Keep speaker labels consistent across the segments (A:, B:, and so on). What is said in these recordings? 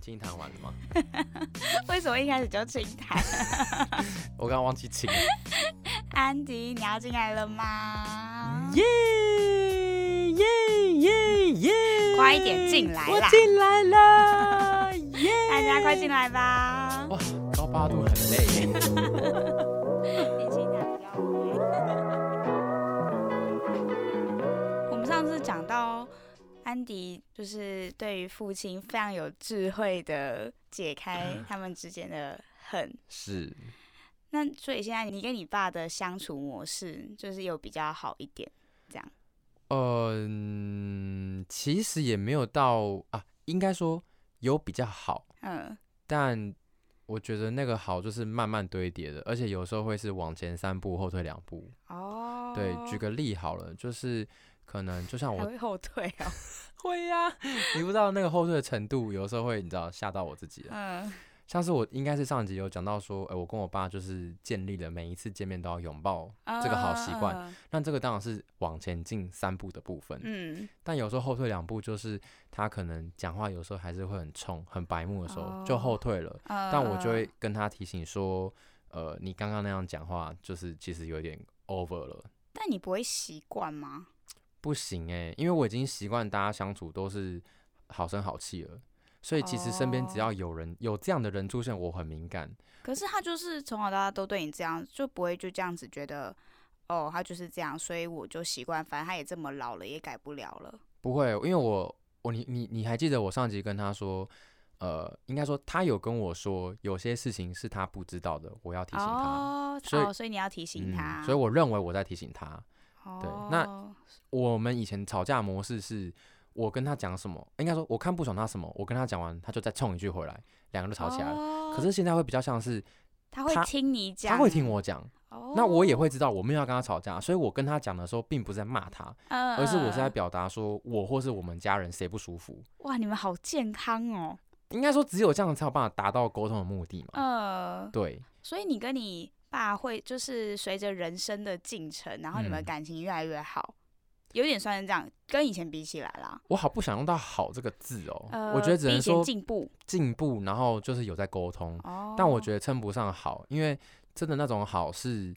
A: 清谈完了吗？
B: 为什么一开始就清谈？
A: 我刚刚忘记清。
B: 安迪，你要进来了吗？
A: 耶 耶耶耶！
B: 快一点进来啦
A: 我进来 了，耶！
B: 大家快进来吧。
A: 哇，高八度很累耶。
B: 你清谈比较累。我们上次讲到安迪，就是对于父亲非常有智慧的解开他们之间的恨。
A: 是，
B: 那所以现在你跟你爸的相处模式，就是有比较好一点，这样。
A: 嗯，其实也没有到啊，应该说有比较好，
B: 嗯
A: 但我觉得那个好就是慢慢堆叠的，而且有时候会是往前三步，后退两步。
B: 哦，
A: 对，举个例好了，就是可能就像
B: 还
A: 我
B: 会后退哦。
A: 会呀、你不知道那个后退的程度，有时候会你知道吓到我自己了。
B: 嗯
A: 像是我应该是上一集有讲到说，哎、我跟我爸就是建立了每一次见面都要拥抱，这个好习惯。
B: 嗯
A: 那这个当然是往前进三步的部分，
B: 嗯，
A: 但有时候后退两步，就是他可能讲话有时候还是会很冲、很白目的时候就后
B: 哦啊
A: 退了，但我就会跟他提醒说，呃，你刚刚那样讲话就是其实有点 over 了。
B: 但你不会习惯吗？
A: 不行哎、因为我已经习惯大家相处都是好声好气了，所以其实身边只要
B: 哦
A: 有人、有这样的人出现，我很敏感。
B: 可是他就是从小到大都对你这样，就不会就这样子觉得，哦，他就是这样，所以我就习惯，反正他也这么老了，也改不了了。
A: 不会，因为我我你你你还记得我上集跟他说，呃，应该说他有跟我说有些事情是他不知道的，我要提醒他。
B: 哦，
A: 所以嗯
B: 哦，所以你要提醒他。
A: 所以我认为我在提醒他。对
B: 哦、
A: 那我们以前吵架模式是，我跟他讲什么，应该说我看不爽他什么，我跟他讲完，他就再冲一句回来，两个就吵起来了。
B: 哦
A: 可是现在会比较像是
B: 他会
A: 他
B: 听你讲，
A: 他会听我讲，
B: 哦，
A: 那我也会知道我没有要跟他吵架，所以我跟他讲的时候，并不是在骂他，
B: 嗯，
A: 而是我是在
B: 嗯嗯
A: 表达说我或是我们家人谁不舒服。
B: 哇，你们好健康哦。
A: 应该说只有这样才有办法达到沟通的目的嘛。
B: 呃，
A: 对，
B: 所以你跟你爸会就是随着人生的进程，然后你们
A: 嗯
B: 感情越来越好，有点算是这样，跟以前比起来啦。
A: 我好不想用到“好”这个字哦，
B: 呃，
A: 我觉得只
B: 比
A: 能
B: 以前
A: 说
B: 进步
A: 进步，然后就是有在沟通，
B: 哦。
A: 但我觉得称不上好，因为真的那种好是，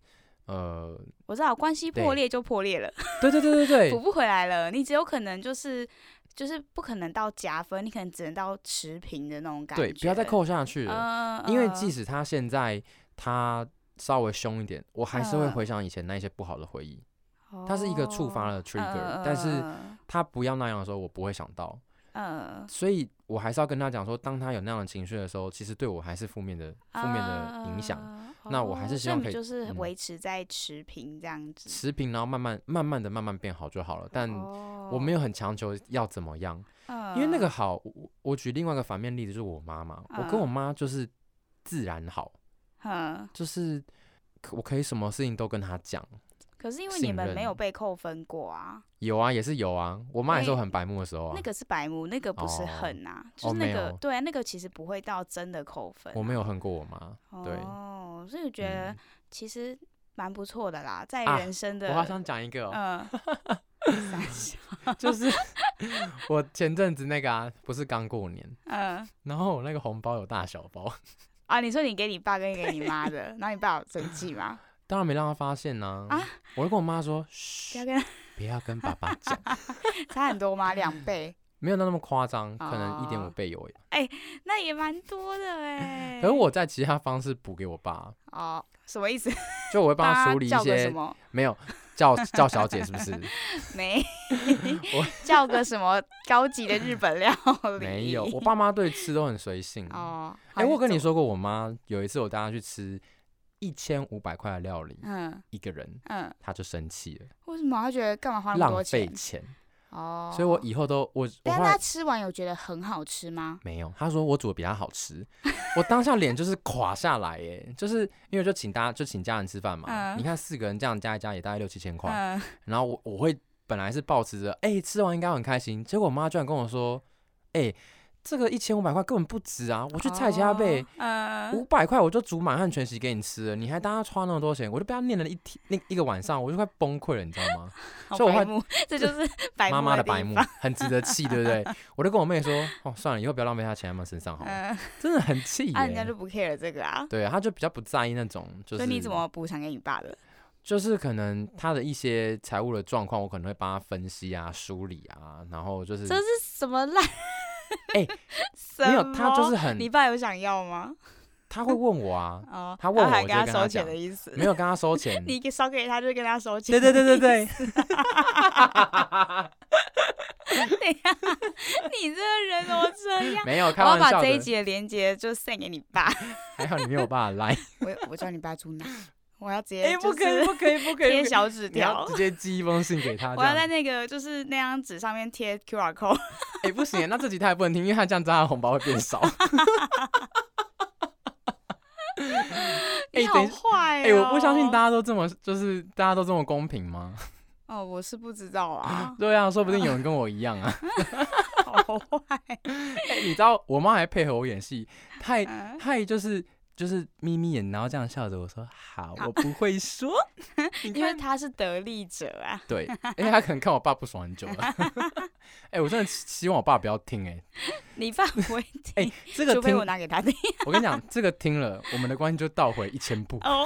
A: 呃，
B: 我知道关系
A: 对
B: 破裂就破裂了，
A: 对对对对
B: 补
A: 对，
B: 不回来了。你只有可能就是就是不可能到加分，你可能只能到持平的那种感觉。
A: 对，不要再扣下去了，
B: 嗯。嗯
A: 因为
B: 嗯
A: 即使他现在他稍微凶一点，我还是会
B: 嗯
A: 回想以前那一些不好的回忆。它是一个触
B: 哦
A: 发了 trigger，但是他不要那样的时候，我不会想到，
B: 嗯，
A: 所以我还是要跟他讲说，当他有那样的情绪的时候，其实对我还是负面的负面的影响。
B: 嗯
A: 那我还是
B: 哦
A: 希望
B: 所
A: 可
B: 你
A: 以
B: 就是
A: 嗯
B: 维持在持平这样子。
A: 持平，然后慢慢慢慢的慢慢变好就好了。但
B: 哦
A: 我
B: 我
A: 没有很强求要怎么样，
B: 哦
A: 因
B: 嗯
A: 为那个好，我我举另外一个反面例子，就是我妈妈，我跟我
B: 嗯
A: 妈就是自然好，
B: 嗯，
A: 就是可我可以什么事情都跟她讲。
B: 可是因为
A: 信
B: 你们没有
A: 任
B: 被扣分过啊，
A: 有啊，也是有啊，我妈也是有
B: 因为
A: 很白目的时候啊
B: 那。个是白目，那个不是
A: 哦
B: 恨啊，
A: 哦
B: 就是
A: 没
B: 那个、
A: 有
B: 对啊，那个其实不会到真的扣分、
A: 我没有恨过我妈，
B: 有
A: 对
B: 哦，所以我觉得
A: 嗯
B: 其实蛮不错的啦，在
A: 啊
B: 人生
A: 我
B: 的、
A: 好想讲一个哦、
B: 嗯，傻笑
A: 就是 我前阵子那个啊，不是刚过年，
B: 嗯
A: 然后我那个红包有大小包，
B: 啊，你说你给你爸跟给你妈的，然后你爸有生气 吗？
A: 当然没让她发现呢、
B: 啊
A: 我就跟我妈说，
B: 不
A: 嘘
B: 要，跟
A: 不要跟爸爸讲，
B: 差很多吗？两倍，
A: 没有到那么夸张，可能一点五
B: 哦
A: 倍有。
B: 那也蛮多的哎、
A: 可是我在其他方式补给我爸，
B: 哦，什么意思？
A: 就我会帮他
B: 爸
A: 梳理一
B: 叫个什
A: 些，
B: 么？
A: 没有叫叫小姐是 不是？
B: 没， 叫个什么高级的日本料理？
A: 没有，我爸妈对吃都很随性。
B: 哦，
A: 哎、我跟你
B: 说，
A: 说过，我妈有一次我带她去吃一千五百块的料理，
B: 嗯
A: 一个人，
B: 嗯，
A: 她就生气了，
B: 为什么他觉得干嘛花那么
A: 浪
B: 多
A: 费
B: 钱？
A: 钱。
B: 哦，
A: 所以我以后都我我
B: 等一
A: 后
B: 下他
A: 来
B: 吃完有觉得很好吃吗？
A: 没有，她说我煮的比她好吃，我当下脸就是垮下来，哎，就是因为就请大家就请家人吃饭嘛，
B: 嗯
A: 你看四个人这样加一加也大概六七千块，
B: 嗯，
A: 然后我我会本来是抱持着哎、吃完应该很开心，结果我妈居然跟我说，哎、这个一千五百块根本不值啊！我去蔡家贝
B: 哦，呃，
A: 五百块我就煮满汉全席给你吃了，你还搭花那么多钱，我就被他念了一天那一个晚上，我就快崩溃了，你知道吗？
B: 好
A: 所以我
B: 白
A: 会
B: 目，这就是白
A: 妈
B: 目
A: 妈的
B: 地
A: 白目
B: 方，
A: 很值得气，对不 对？我就跟我妹说，哦，算了，以后不要浪费她钱在他们身上好了，
B: 嗯，
A: 真的很气
B: 啊，人家就
A: 哦耶。
B: 不 care 这个啊，
A: 对，她就比较不在意那种，就
B: 所
A: 是
B: 以你怎么补偿给你爸的？
A: 就是可能她的一些财务的状况，我可能会帮她分析啊、梳理啊，然后就是
B: 这是什么烂？
A: 哎
B: 什么，
A: 没有，她就是很
B: 你，爸有想要吗？
A: 她会问我 啊，
B: 哦，
A: 他问我
B: 还
A: 我
B: 跟
A: 就
B: 他
A: 跟他
B: 收钱
A: 讲
B: 的意思，，
A: 没有跟她收钱
B: 你给烧给他就跟他收钱，
A: 嗯对对对对对，
B: 你这个人怎么这样？
A: 没有
B: 我
A: 开
B: 要
A: 玩
B: 把
A: 笑
B: 这一
A: 的，
B: 集的连接就送给你爸，
A: 还好你没有办法来。
B: 我我叫你爸住哪？ 我要直接
A: 哎、
B: 就
A: 不可以，
B: 是
A: 不可以，不可以！不可
B: 贴
A: 以
B: 小纸
A: 你要
B: 条
A: 直，接寄一封信给 他，这
B: 我要
A: 样。
B: 在
A: 哎、
B: 那个就是那张纸上面贴 QR code，
A: 不行，那这集他也不能听，因为他这样子他的红包会变少。哎
B: 你好
A: 等一
B: 坏
A: 哎、
B: 哦！
A: 我不相信大家都这么，就是大家都这么公平 吗？
B: 哦，我是不知道啊
A: ，对啊，说不定有人跟我一样 啊。
B: 好坏，
A: 哎你知道我妈还配合我演戏，她还
B: 嗯
A: 她还就是就是眯眯眼，然后这样笑着我说：“好，
B: 好
A: 我不会说。”你
B: 因为
A: 看，
B: 他是得利者啊。
A: 对，哎、她可能看我爸不爽很久了。哎、我真的希望我爸不要听、哎，
B: 你爸不 会听，
A: 哎这个
B: 除非
A: 听
B: 我拿给他 听
A: 我跟你讲，这个听了，我们的关系就倒回一千 步。
B: 哦，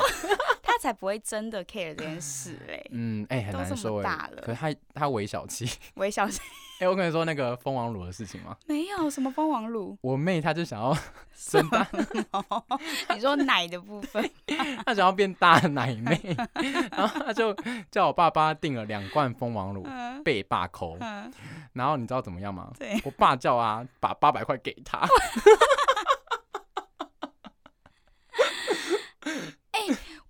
B: 他才不会真的 care 这件事欸 嘞。
A: 嗯，哎、很
B: 都这
A: 难
B: 么
A: 说哎、
B: 大了
A: 可是他他微小气。
B: 微笑是
A: 哎、我跟你说那个蜂王乳的事情嘛，
B: 没有什么蜂王乳，
A: 我妹她就想要 生大，
B: 哦，你说奶的部分，
A: 她想要变大奶妹，然后她就叫我爸爸订了两罐蜂王乳
B: 嗯
A: 被爸抠，
B: 嗯，
A: 然后你知道怎么样吗？
B: 对，
A: 我爸叫啊，把八百块给他，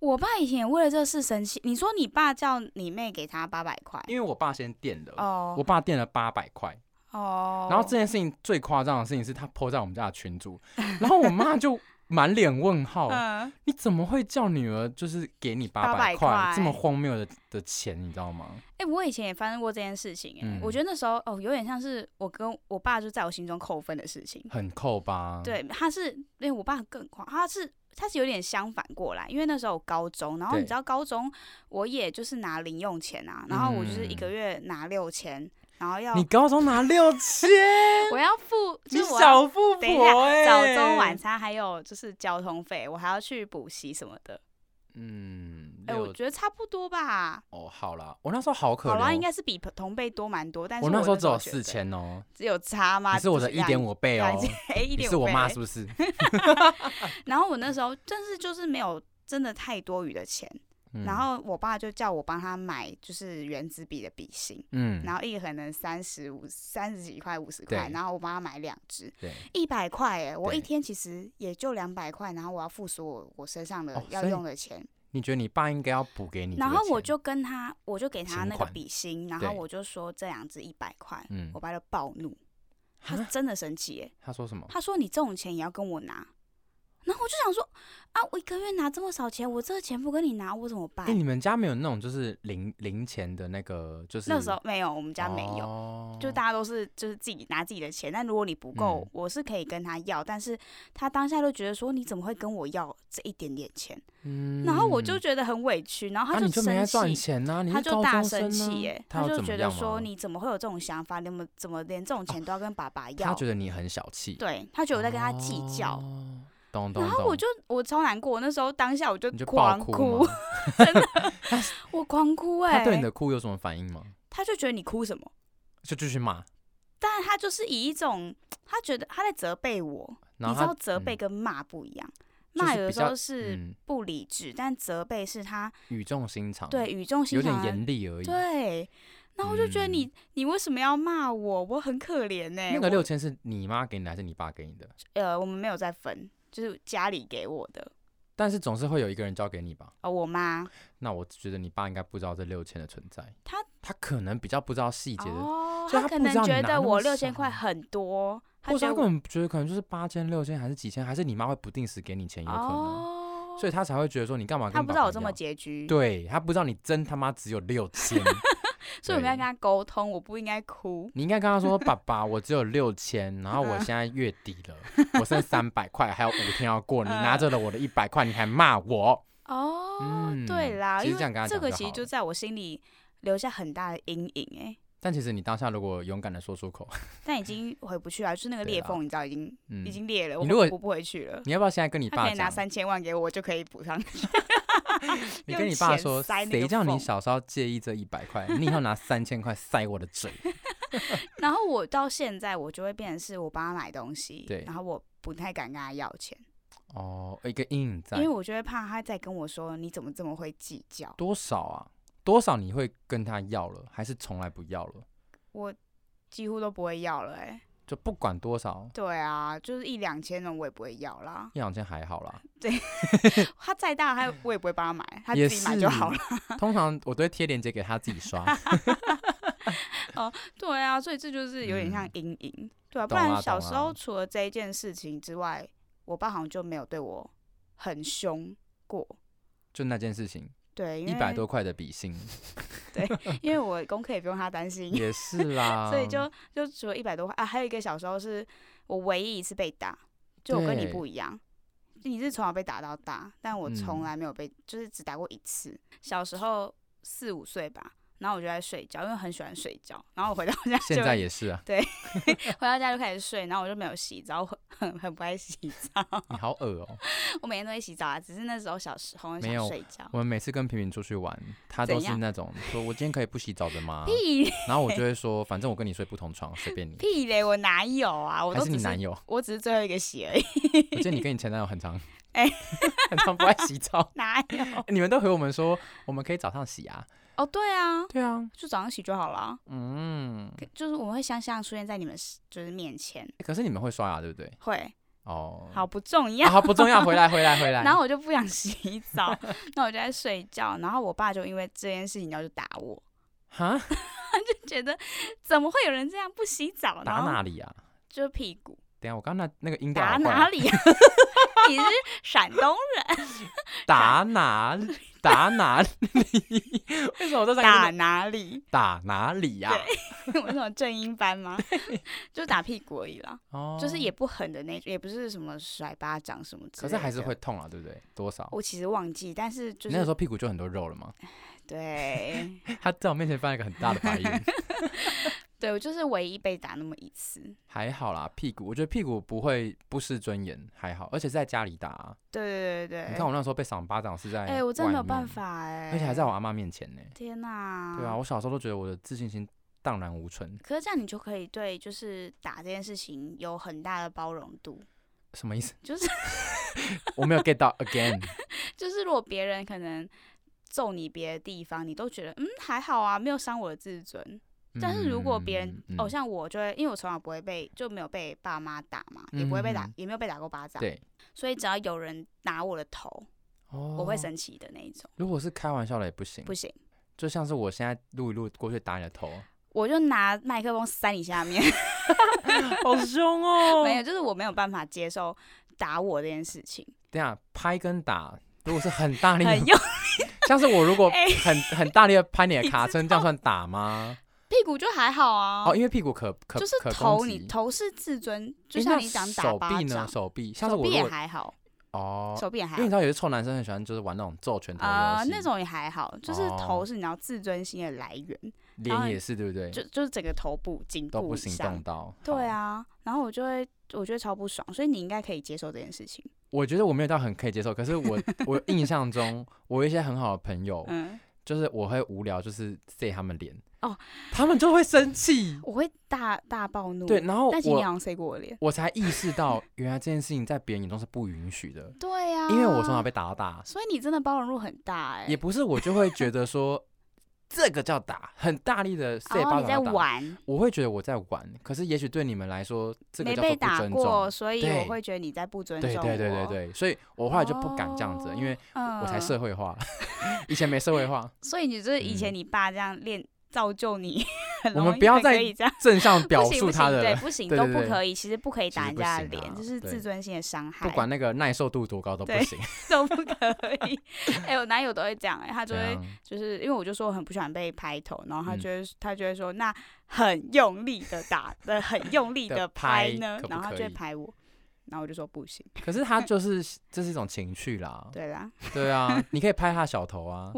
B: 我爸以前也为了这事生气。你说你爸叫你妹给他八百块，
A: 因为我爸先垫了。我
B: 哦
A: 爸垫了八百块，
B: 哦，
A: 呃然后这件事情最夸张的事情是他 po 在我们家的群组，然后我妈就满脸问号，
B: 嗯，
A: 你怎么会叫女儿就是给你八百
B: 800
A: 块
B: 块
A: 这么荒谬的的钱，你知道吗？
B: 哎、我以前也发生过这件事情、哎、
A: 嗯
B: 我觉得那时候哦，有点像是我跟我爸就在我心中扣分的事情。
A: 很扣吧？，
B: 对，他是因为我爸更狂，他是他是有点相反过来，因为那时候我高中，然后你
A: 对
B: 知道高中我也就是拿零用钱啊，然后我就是一
A: 嗯
B: 个月拿六千，然后要
A: 你高中拿六千，
B: 我要付，
A: 你
B: 就是我要
A: 小富
B: 等一
A: 婆哎、
B: 下早中晚餐还有就是交通费，我还要去补习什么的，
A: 嗯，
B: 哎、
A: 六
B: 我觉得差不多吧。
A: 哦，好啦，我那时候好可怜
B: 好
A: 哦，
B: 啦，应该是比同辈多蛮多，但是
A: 我那时候只有
B: 觉
A: 四
B: 得，
A: 千哦，
B: 只有差吗？
A: 你是我的
B: 就
A: 一
B: 让
A: 点五倍
B: 对啊
A: 哦
B: 已，经哎，一
A: 你
B: 点
A: 是我妈
B: 倍
A: 是不是？
B: 然后我那时候，但是就是没有真的太多余的钱，
A: 嗯
B: 然后我爸就叫我帮他买就是原子笔的笔芯，
A: 嗯，
B: 然后一个可能三十五、三十几块、五十块，
A: 对
B: 然后我帮他买两支，
A: 对，
B: 一百块哎，我
A: 对
B: 一天其实也就两百块，然后我要付所有我身上的
A: 哦
B: 要
A: 所以
B: 用的钱，
A: 你觉得你爸应该要补给你这个
B: 然
A: 钱？
B: 后我就跟他，我就给他
A: 请
B: 那个
A: 款
B: 笔芯，然后
A: 对
B: 我就说这两支一百块，
A: 嗯
B: 我，爸就暴怒，他
A: 啊
B: 真的生气耶，
A: 他说什么？
B: 他说你这种钱也要跟我拿。然后我就想说，啊，我一个月拿这么少钱，我这个钱不跟你拿，我怎么办？
A: 哎、你们家没有那种就是零零钱的那个，就是哦
B: 那时候没有，我们家没有，
A: 有
B: 就大家都是就是自己拿自己的钱。但如果你不够，
A: 嗯
B: 我是可以跟他要，但是他当下就觉得说你怎么会跟我要这一点点钱？
A: 嗯
B: 然后我就觉得很委屈，然后
A: 啊
B: 他
A: 你就没在
B: 生
A: 赚
B: 气。
A: 钱呐、你
B: 他
A: 是
B: 就
A: 高
B: 大
A: 中
B: 生
A: 生啊
B: 气耶，
A: 他
B: 他
A: 有
B: 就
A: 怎么
B: 觉得
A: 样吗哦
B: 说你怎么会有这种想法？你们怎么连这种钱都要跟爸爸要
A: 他？觉得你很小气，
B: 对他觉得我在跟他计较，
A: 哦懂懂
B: 然后
A: 懂
B: 我就我超难过，我那时候当下我就
A: 你就爆
B: 狂
A: 哭
B: 哭，
A: 吗
B: 我狂哭哎、
A: 他对你的哭有什么反应吗？
B: 他就觉得你哭什么？
A: 就继续骂，
B: 但是他就是以一种他觉得他在责备我，
A: 然
B: 你
A: 后
B: 知
A: 他
B: 道责备
A: 嗯
B: 跟骂不一样，
A: 就是
B: 骂有的
A: 比
B: 时候
A: 较
B: 是
A: 嗯
B: 不理智，但责备是他
A: 语重心长，
B: 对，语重心
A: 哦有点
B: 长的，
A: 严厉而已。
B: 对。然后我就觉得
A: 嗯
B: 你、你为什么要骂我？我很可怜呢、
A: 那个
B: 我
A: 六千是你妈给你的还是你爸给你的？
B: 呃，我们没有在分，就是家里给我的
A: 但是总是会有一个人交给你吧？
B: 哦，我妈
A: 那我觉得你爸应该不知道这六千的存在，
B: 他
A: 他可能比较不知道细节的，
B: 哦，
A: 所以他
B: 可
A: 不知
B: 能
A: 道你
B: 觉
A: 拿
B: 得
A: 那
B: 我
A: 么
B: 六千
A: 少
B: 块很多，
A: 或是
B: 觉
A: 他
B: 得
A: 根
B: 我
A: 本觉得可能就是八千、六千，还是几千，还是你妈会不定时给你钱，有可能，
B: 哦，
A: 所以他才会觉得说你干嘛
B: 他
A: 跟
B: 不
A: 爸
B: 知道
A: 爸
B: 我这么
A: 要
B: 拮据，
A: 对他不知道你真他妈只有六千，
B: 所以我们要跟他沟通，我不应该哭。
A: 你应该跟他说：“爸爸，我只有六 千，然后我
B: 嗯
A: 现在月底了，我剩三百块，还有五天要过。你拿着了我的一百块，你还骂我。
B: 哦，
A: 嗯
B: 对啦，
A: 其实
B: 因
A: 这样跟
B: 为
A: 他
B: 这
A: 讲
B: 个
A: 就
B: 其实
A: 好
B: 就
A: 了
B: 在我心里留下很大的阴影哎、”
A: 但其实你当下如果勇敢的说出口，
B: 但已经回不去了，啊就是那个
A: 对
B: 裂
A: 啦
B: 缝，你知道已经、
A: 嗯
B: 已，经裂了，我
A: 你如果
B: 补不回去了。
A: 你要不要现在跟你
B: 他
A: 爸
B: 可以拿
A: 讲？
B: 三千万给我，我就可以补上去。
A: 你
B: 用
A: 跟你爸
B: 钱
A: 说，
B: 塞那个
A: 谁叫你
B: 缝
A: 小时候介意这一百块？你以后拿三千块塞我的 嘴。
B: 然后我到现在，我就会变成是我帮他买东西，
A: 对
B: 然后我不太敢跟他要钱，
A: 哦，一个阴影在
B: 因为我就会怕他再跟我说你怎么这么会计较。
A: 多少啊？多少你会跟他要了，还是从来不要了？
B: 我几乎都不会要了、欸，哎，
A: 就不管多少，
B: 对啊，就是一两千的我也不会要啦。
A: 一两千还好 啦。
B: 他再大，他我也不会帮他买，他
A: 也
B: 自己买
A: 是
B: 就好了。
A: 通常我都会贴链接给他自己刷。
B: 对啊，所以这就是有点像
A: 嗯
B: 阴影，对啊，不
A: 懂
B: 然
A: 啊
B: 小
A: 懂
B: 时
A: 啊
B: 候除了这一件事情之外，我爸好像就没有对我很凶过。
A: 就那件事情，
B: 对，因
A: 一
B: 为
A: 百多块的比 心
B: 因为我功课也不用他 担心，
A: 也 是啦。
B: 所以就就除了一百多块啊，还有一个小时候是我唯一一次被打，就我跟你
A: 对
B: 不一样，你是从小被打到大，但我
A: 嗯
B: 从来没有被，就是只打过一次。小时候四五岁吧，然后我就在睡觉，因为很喜欢睡觉，然后我回到家就
A: 现在也是啊，
B: 回到家就开始睡，然后我就没有洗澡，我很很不爱洗澡。
A: 你好恶哦、
B: 我每天都会洗澡啊，只是那时候小时候很
A: 没有
B: 想睡觉。
A: 我们每次跟平平出去玩，他都
B: 怎
A: 是
B: 样
A: 那种说：“我今天可以不洗澡的吗
B: 屁？”
A: 然后我就会说：“反正我跟你睡不同床，随便你。
B: 屁嘞，我哪有啊？”我
A: 还
B: 都
A: 是
B: 只
A: 你
B: 是
A: 男友？
B: 我只是最后一个洗而已，
A: 我记得你跟你前男友很常，
B: 哎哦
A: 很常不爱 洗澡。
B: 哪 有？
A: 你们都回我们说，我们可以早上洗啊。
B: 哦， 对啊，
A: 对啊，
B: 就早上洗就好了。
A: 嗯。
B: 可就是我们会相像出现在你们是就是面前，
A: 可是你们会刷牙对不对？
B: 会
A: 哦，
B: 好不重
A: 啊，
B: 要。
A: 好不重要，回来，回来，回来。
B: 然后我就不想洗澡，那我就在睡觉。然后我爸就因为这件事情，然后就打我，
A: 哈，
B: 就觉得怎么会有人这样不洗澡？
A: 打
B: 然后
A: 哪里啊？
B: 就屁股
A: 等一下，我刚刚那那个音调
B: 打
A: 好怪哦
B: 哪里、啊？ 你是闪 东人，
A: 打哪里？打哪里？ 为什么我这三
B: 打
A: 个字
B: 哪里？
A: 打哪里啊呀、
B: 我是什么正音班吗？ 就打屁股而已啦，
A: 哦
B: 就是也，不狠的那种，也不是什么甩巴掌什么之
A: 可
B: 类的。
A: 是还是会，痛啊，对不对？多少？
B: 我其实忘记，但是就
A: 你那个
B: 是
A: 时候屁股就很多肉了嘛。
B: 对，
A: 他在我面前翻了一个很大的白眼，
B: 对我就是唯一被打那么一次。
A: 还好啦，屁股，我觉得屁股不会不失尊严，还好，而且是在家里打啊、
B: 对对对对，
A: 你看我那时候被赏巴掌是在，
B: 哎、我真的没有办，法哎、
A: 而且还在我阿妈面前呢、
B: 天哪、
A: 对啊，。我小时候都觉得我的自信心荡然无存，
B: 可是这样你就可以对就是打这件事情有很大的包容度，
A: 什么意思？
B: 就是
A: 我没有 get 到 again。
B: 就是如果别人可能揍你别的地方，你都觉得嗯还好啊，没有伤我的自尊。 但是如果别人、
A: 嗯
B: 哦，像我就会，因为我从小不会被就没有被爸妈打嘛，也不会被打，
A: 嗯
B: 也没有被打过巴掌，
A: 对，
B: 所以只要有人打我的头，
A: 我
B: 我
A: 哦
B: 会。生气的那一种，
A: 如果是开玩笑的也不行，
B: 不行，
A: 就像是我现在录一录过去打你的 头，
B: 我就拿麦克风塞你 下面，
A: 好凶哦
B: 没有，就是我没有办法接受打我这件事情，
A: 等一下拍跟打，如果是很大力的，
B: 很用
A: 像是我如果
B: 哎
A: 很很大力的拍你的
B: 你
A: 卡
B: 知
A: 车，这样算打吗？
B: 屁股就还好啊，
A: 哦，因为屁股可可
B: 就是
A: 可
B: 头
A: 攻
B: 你
A: 击。
B: 头是自尊，就
A: 诶
B: 像
A: 那
B: 你讲打
A: 手
B: 巴
A: 臂呢？
B: 掌，
A: 手臂像是
B: 手
A: 我
B: 臂
A: 如
B: 也
A: 果
B: 还好，
A: 哦，
B: 手臂也还
A: 因为你知
B: 好。
A: 道有些臭男生很喜欢就是玩那种揍拳头
B: 啊、
A: 游戏，
B: 那种也还好，就是
A: 哦
B: 头是你要自尊心的来源，然后
A: 脸也是对不对？
B: 就就是整个头部、颈
A: 都
B: 部
A: 不
B: 以
A: 行动，
B: 上
A: 到。
B: 对
A: 好，
B: 啊，然后我就会，我觉得超不爽，所以你应该可以接受这件事情。
A: 我觉得我没有到很可以接受，可是我我印象中我有一些很好的朋 友，
B: 嗯，
A: 就是我会无聊，就是塞他们脸
B: 哦，
A: 他们就会生气。
B: 我会大大暴怒。
A: 对，，然后
B: 嗯但其实你好
A: 我
B: 像塞过我脸。
A: 我才意识到，原来这件事情在别人眼中是不允许的，
B: 对呀、
A: 因为我从小被打到大，
B: 所以你真的包容度很大哎、
A: 也不是我就会觉得 说这个叫打，很大力的塞
B: 然后
A: 巴
B: 哦你在
A: 掌叫打。
B: 玩，
A: 我会觉得我在玩，可是也许对你们来说，这个
B: 没
A: 叫
B: 被
A: 做不
B: 打
A: 尊
B: 过，
A: 重。
B: 所以
A: 对
B: 我会觉得你在不尊重
A: 对
B: 我。
A: 对对对对，所以我后来就不敢这样子，因为
B: 嗯，
A: 我才社 会化，以前没社会化。
B: 所以你就是以前
A: 嗯
B: 你爸这样练造就你很
A: 我
B: 容易，
A: 们不要
B: 很
A: 再
B: 可以这样。
A: 正向表
B: 不行
A: 述
B: 不
A: 他
B: 行，
A: 的
B: 对，
A: 了，
B: 不行
A: 对
B: 都
A: 对
B: 不
A: 对
B: 可以，其实不可以
A: 其实
B: 打人
A: 不
B: 家的
A: 行啊
B: 脸，这是
A: 对
B: 自尊心的伤害，
A: 不管那个耐受度多高都不
B: 对
A: 行。
B: 都不可以。 哎，我男友都会这样，哎，他就
A: 怎
B: 会
A: 样？
B: 就是因为我就说我很不喜欢被拍头，然后他
A: 嗯
B: 就会、他就会说那很用力的打的很用力
A: 的
B: 的
A: 拍
B: 呢，
A: 可不
B: 然后他
A: 可
B: 就会
A: 以哦
B: 拍我，然后我就说不行，
A: 可是他就是这是一种情趣啦，
B: 嗯对啦，
A: 对啊，你可以拍他小头啊，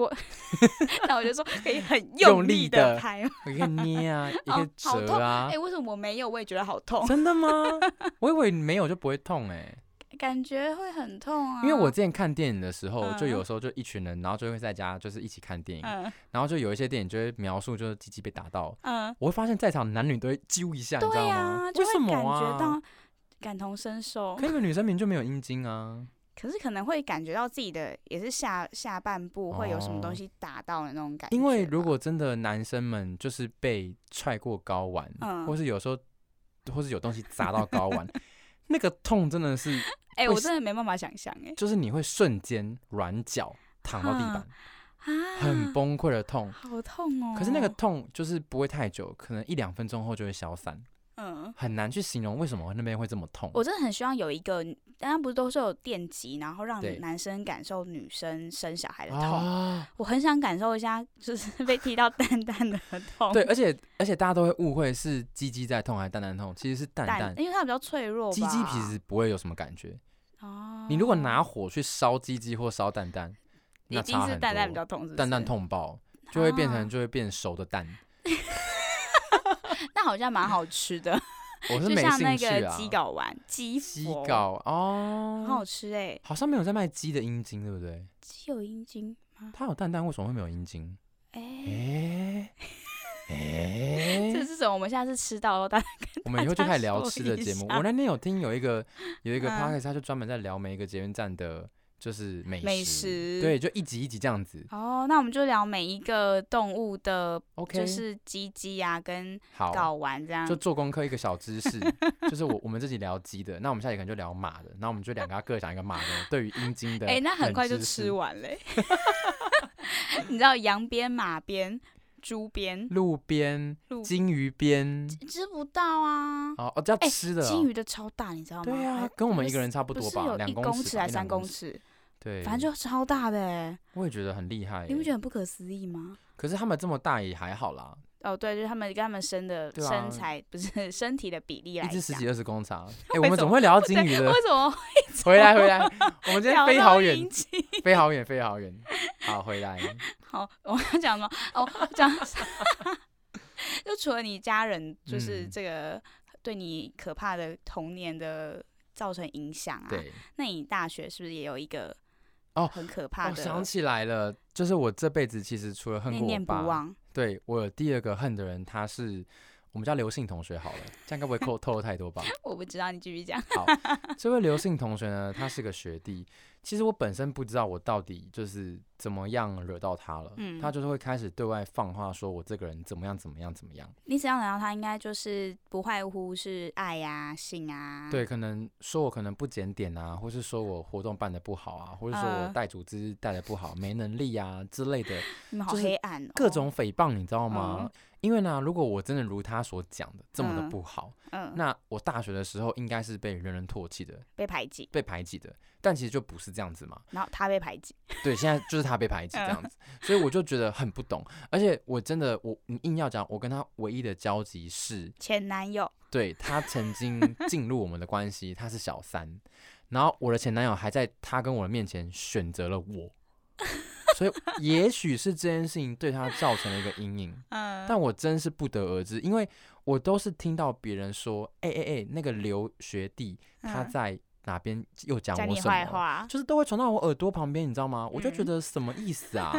B: 那我就说可以很
A: 用
B: 用力
A: 力
B: 的
A: 地
B: 拍吗，
A: 你可以捏啊，也可以
B: 哦好
A: 折
B: 痛
A: 啊
B: 哎、，为什么我没有？我也觉得好痛，
A: 真 的吗？我以为没有就不会痛哎、
B: 感觉会很痛啊，
A: 因为我之前看电影的时候，就
B: 嗯
A: 有时候就一群人，然后就会在家就是一起看电影，
B: 嗯
A: 然后就有一些电影就会描述就是鸡鸡被打到，
B: 嗯，
A: 我会发现在场男女都会揪一下，你知道
B: 对
A: 吗
B: 啊，？
A: 为
B: 就
A: 什
B: 会
A: 么
B: 感觉
A: 啊
B: 到？感同身受
A: 可，你们女生明明就没有阴茎啊，
B: 可是可能会感觉到自己的也是下下半部会有什么
A: 哦
B: 东西打到的那种感觉吧，
A: 因为如果真的男生们就是被踹过睾丸，
B: 嗯
A: 或是有时候或是有东西砸到睾丸， 那个痛真的是
B: 哎、
A: 会
B: 我
A: 是
B: 真的没办法想象哎、
A: 就是你会瞬间软脚躺到地
B: 哈
A: 板，
B: 啊，
A: 很崩溃的痛。
B: 好痛哦。
A: 可是那个，痛就是不会太久，可能一两分钟后就会消散，
B: 嗯，
A: 很难去形容为什么那边会这么痛。
B: 我真的很希望有一个，大家不是都是有电击，然后让
A: 对
B: 男生感受女生生小孩的痛。
A: 啊，
B: 我很想感受一下，就是 被踢到蛋蛋的痛。
A: 对，，而且而且大家都会误会是鸡鸡在痛还是蛋蛋痛，其实是蛋
B: 蛋
A: 蛋，。
B: 因为它比较脆弱吧。
A: 鸡鸡其实不会有什么感觉，
B: 哦，
A: 你如果拿火去烧鸡鸡或烧蛋蛋，
B: 已
A: 那
B: 经
A: 差
B: 是
A: 很
B: 蛋蛋比
A: 多
B: 较痛是不是，
A: 蛋蛋痛爆，就会变成
B: 啊
A: 就会变熟的蛋。
B: 那好像蛮好吃 的，
A: 我是
B: 就
A: 没
B: 像那
A: 兴趣
B: 个
A: 啊。
B: 鸡睾丸、鸡
A: 鸡
B: 佛
A: 睾
B: 很
A: 哦
B: 好，吃哎，
A: 好像没有在卖鸡的阴茎，对不对？
B: 鸡有阴茎吗？
A: 它有蛋蛋，为什么会没有阴 茎？
B: 哎，
A: 哎
B: 这
A: 哎，
B: 是什么？我们下次吃到 大家
A: 我们以后就开始聊
B: 说
A: 吃的
B: 一
A: 节目。
B: 下
A: 我那天有听有一个有一个
B: 嗯
A: podcast，他就专门在聊每一个捷运站的，就是美
B: 美
A: 食，
B: 食
A: 对，就一集一集这样子。
B: 哦，那我们就聊每一个动物的，
A: OK，
B: 就是鸡鸡啊，跟
A: 好。
B: 睾丸这样
A: 就。做功课一个小知识，就是我我们这集聊鸡的，那我们下集可能就聊马的，那我们就两个要各讲一个马的对于阴茎的冷知识。
B: 哎、那很快就吃完 嘞、 你知道羊鞭、马鞭、猪鞭，
A: 路边
B: 路
A: 金鱼边，
B: 吃不到啊。
A: 哦哦，叫
B: 哎
A: 吃的哦、
B: 金鱼的超大，你知道吗？
A: 对
B: 还
A: 啊，跟我们
B: 不
A: 一个
B: 是
A: 人差不
B: 不
A: 多
B: 是
A: 吧，
B: 有
A: 两
B: 一
A: 公
B: 公
A: 尺
B: 尺
A: 吧
B: 还
A: 一
B: 是三
A: 两公
B: 公，尺，
A: 对，
B: 反正就超大的哎、
A: 我也觉得很厉害
B: 你不觉
A: 耶。
B: 得很不可思议吗？
A: 可是他们这么大也还好啦，
B: 哦，对，就是他们跟他们身的、
A: 对啊
B: 身材不是 身体的比例来
A: 一
B: 讲
A: 只，十几二十公尺 啊。哎、
B: 为
A: 我们
B: 什
A: 怎
B: 么
A: 么会聊到金鱼的
B: 为？什 么
A: 回来回来， 我们今天
B: 聊
A: 飞
B: 到
A: 好远
B: 阴，茎
A: 飞好远，飞好远。好，回来。
B: 好，我要讲什么？哦，讲 就除了你家人，就是
A: 嗯
B: 这个对你可怕的童年的造成影响啊。
A: 对，
B: 那你大学是不是也有一个
A: 哦
B: 很可怕
A: 我
B: 的？
A: 想起来了，就是我这辈子其实除了恨
B: 念
A: 过我
B: 念不
A: 爸，
B: 忘。
A: 对我有第二个恨的人，他是我们叫刘姓同学好了，这样 该不会透透露太多吧？
B: 我不知道，你继续讲。
A: 好，这位刘姓同学呢，他是个学弟。其实我本身不知道我到底就是怎么样惹到他了，
B: 嗯
A: 他就是会开始对外放话，说我这个人怎么样怎么样怎么样。
B: 你只要想到他，应该就是不外乎是爱呀、性啊。
A: 对，可能说我可能不检点啊，或是说我活动办的不好啊，或是说我
B: 呃
A: 带组织带的不好，没能力啊之类的
B: 你们好
A: 就是
B: 黑暗哦。
A: 各种诽谤，你知道吗？
B: 嗯
A: 因为呢，如果我真的如他所讲的这么的
B: 嗯
A: 不好，
B: 嗯，
A: 那我大学的时候应该是被人人唾弃的，
B: 被排挤，
A: 被排挤的。但其实就不是这样子嘛，
B: 然后他被排挤。
A: 对，现在就是他被排挤这样
B: 嗯
A: 子，所以我就觉得很不懂。而且我真的，我你硬要讲，我跟他唯一的交集是，
B: 前男友，
A: 对他曾经进入我们的关系，他是小三，然后我的前男友还在他跟我的面前选择了我， 所以也许是这件事情对他造成了一个阴影。
B: 嗯，
A: 但我真是不得而知，因为我都是听到别人说，哎哎哎，那个刘学弟他
B: 嗯
A: 在哪边又讲
B: 讲
A: 我
B: 你
A: 什
B: 坏
A: 么，
B: 话。
A: 就是都会传到我耳朵旁边，你知道吗？我就觉
B: 嗯
A: 得什么意思 啊？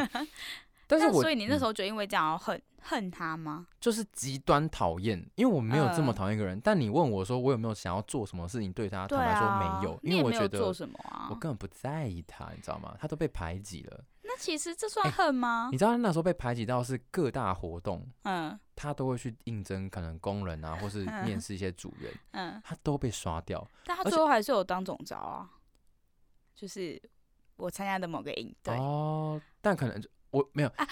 A: 但是
B: 那
A: 我
B: 所以你那
A: 嗯
B: 时候就因为这样恨恨他吗？
A: 就是极端讨厌，因为我没有这么
B: 呃
A: 讨厌一个人。但你问我说我有没有想要做什么事情对他，
B: 对
A: 坦白说
B: 啊，
A: 没有，
B: 你
A: 因为
B: 也
A: 我
B: 没有
A: 觉
B: 做
A: 得
B: 什么啊
A: 我。根本不在意他，你知道吗？他都被排挤了。
B: 那其实这
A: 哎
B: 算恨吗
A: 你？知道他那时候被排挤到是各大活动，
B: 嗯
A: 他都会去应征可能工人啊，或是面试一些主任，
B: 嗯，
A: 他都被刷掉。
B: 但他
A: 而且
B: 最后还是有当总招啊，就是我参加的某个营队。
A: 哦，但可能就我没有，
B: 啊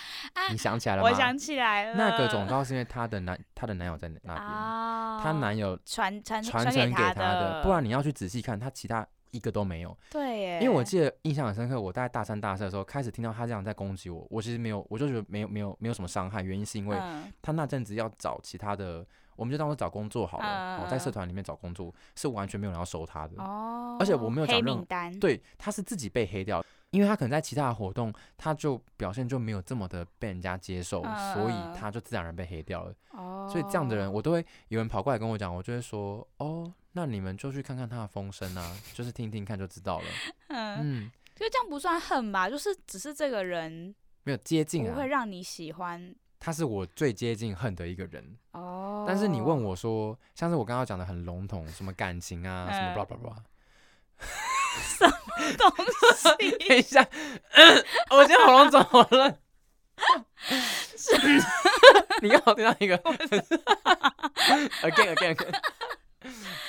A: 你想起来了吗？
B: 我想起来了，
A: 那个总告是因为她的男她的男友在那那边，
B: 啊，
A: 她、男友
B: 传传
A: 传
B: 给
A: 承给她
B: 的，
A: 不然你要去仔细看，她其他一个都没有。
B: 对耶，
A: 因为我记得印象很深刻，我大概大三大四的时候开始听到她这样在攻击我，我其实没有，我就觉得没有没有没有什么伤害，原因是因为
B: 嗯
A: 她那阵子要找其他的，我们就当做找工作好了，
B: 嗯
A: 哦
B: 嗯
A: 在
B: 嗯
A: 社团里面找工作是完全没有人要收她的，
B: 哦，
A: 而且我没有找
B: 黑
A: 任
B: 名单，
A: 对，他是自己被黑掉，因为他可能在其他的活动，他就表现就没有这么的被人家接受，
B: 嗯
A: 所
B: 嗯
A: 以他就自然而然被黑掉了。
B: 哦，
A: 所以这样的人，我都会有人跑过来跟我讲，我就会说，哦，那你们就去看看他的风声啊，就是听听看就知道了。
B: 嗯，
A: 嗯，
B: 就这样不算恨吧，就是只是这个人
A: 没有接近
B: 不
A: 啊
B: 会，让你喜欢
A: 他是我最接近恨的一个人。
B: 哦。
A: 但是你问我说，像是我刚刚讲的很笼统，什么感情啊，什么
B: 嗯
A: blah blah blah。
B: 东西，
A: 等一下， 我今天喉咙怎么了？你刚好听到一 个 again again again，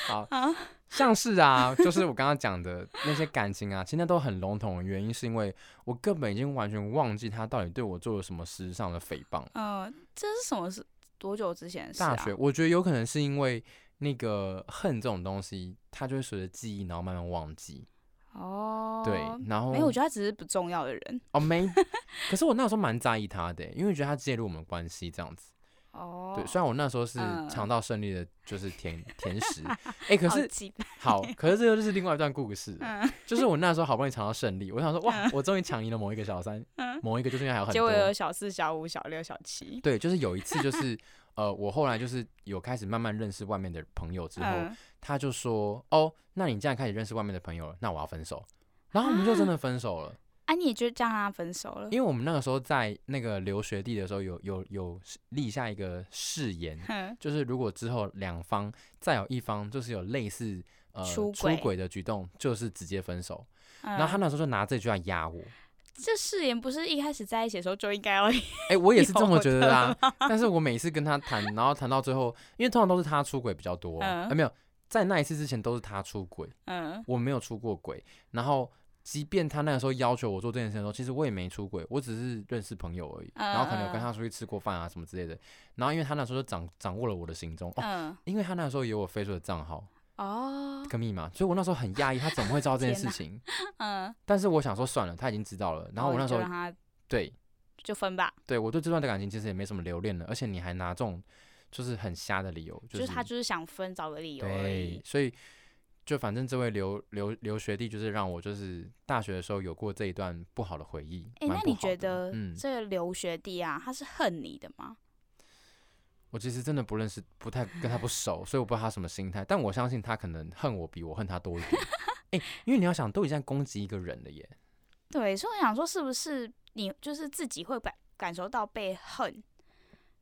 A: 好，
B: 啊
A: 像是啊，就是我刚刚讲的那些感情啊，其实那都很笼统，的原因是因为我根本已经完全忘记他到底对我做了什么事实上的诽谤。
B: 嗯，这是什么事？多久之前的事啊？
A: 大学，我觉得有可能是因为那个恨这种东西，它就会随着记忆然后慢慢忘记。
B: 哦，
A: 对，然后
B: 没有，我觉得他只是不重要的人。
A: 哦，没。可是我那时候蛮在意他的，欸因为觉得他介入我们关系这样子。
B: 哦，
A: 对，虽然我那时候是
B: 嗯
A: 尝到胜利的，就是甜甜食。哎，可
B: 好
A: 是
B: 奇
A: 好，可是这个就是另外一段故事了。
B: 嗯，
A: 就是我那时候好不容易尝到胜利，我想说哇，我终于抢赢了某一个小三，某一个就是因为还 有很
B: 嗯结果
A: 多
B: 有。小四、小五、小六、小七。
A: 对，就是有一次，就是呃，我后来就是有开始慢慢认识外面的朋友之后，
B: 嗯，
A: 他就说哦，那你既然开始认识外面的朋友了，那我要分手。然后我们就真的分手了。
B: 啊，你也就这样啊，分手了。
A: 因为我们那个时候在那个留学地的时候有，有有立下一个誓 言，
B: 哼，
A: 就是如果之后两方再有一方就是有类似呃
B: 出轨嗯
A: 轨的举动，就是直接分手。
B: 然
A: 然后他那时候就拿这句来压我，
B: 这誓言不是一开始在一起的时候就应该要
A: 哎、我也是这么觉得啦
B: 有。
A: 但是我每次跟他谈，然后谈到最后，因为通常都是他出轨比较多，
B: 嗯
A: 呃没有在那一次之前都是他出轨，
B: 嗯
A: 我没有出过轨。然后即便他那个时候要求我做这件事的时候，其实我也没出轨，我只是认识朋友而已。
B: 嗯
A: 然后可能有跟他出去吃过饭啊什么之类的。然后因为他那时候就掌掌握了我的行踪，哦，
B: 嗯
A: 因为他那时候有我 Facebook 的账号
B: 哦
A: 跟密码，所以我那时候很讶异，他怎么会知道这件事情？
B: 嗯，
A: 但是我想说算了，他已经知道了。然后我那时
B: 哦就
A: 候
B: 让他
A: 对
B: 就分吧，
A: 对我对这段的感情其实也没什么留恋了，而且你还拿这种就是很瞎的理由，
B: 就是是他就是想分，找个理由而
A: 对
B: 已，。
A: 所以就反正这位留留留学弟，就是让我就是大学的时候有过这一段不好的回忆。
B: 哎，
A: 蛮
B: 那
A: 不
B: 你
A: 好的
B: 觉得
A: 嗯，
B: 这个留学弟啊，他是恨你的吗？
A: 我其实真的不认识，不太跟他不熟，所以我不知道他什么心态。但我相信他可能恨我比我恨他多一点。哎、因为你要想，都已经在攻击一个人了耶。
B: 对，所以我想说，是不是你就是自己会感感受到被恨，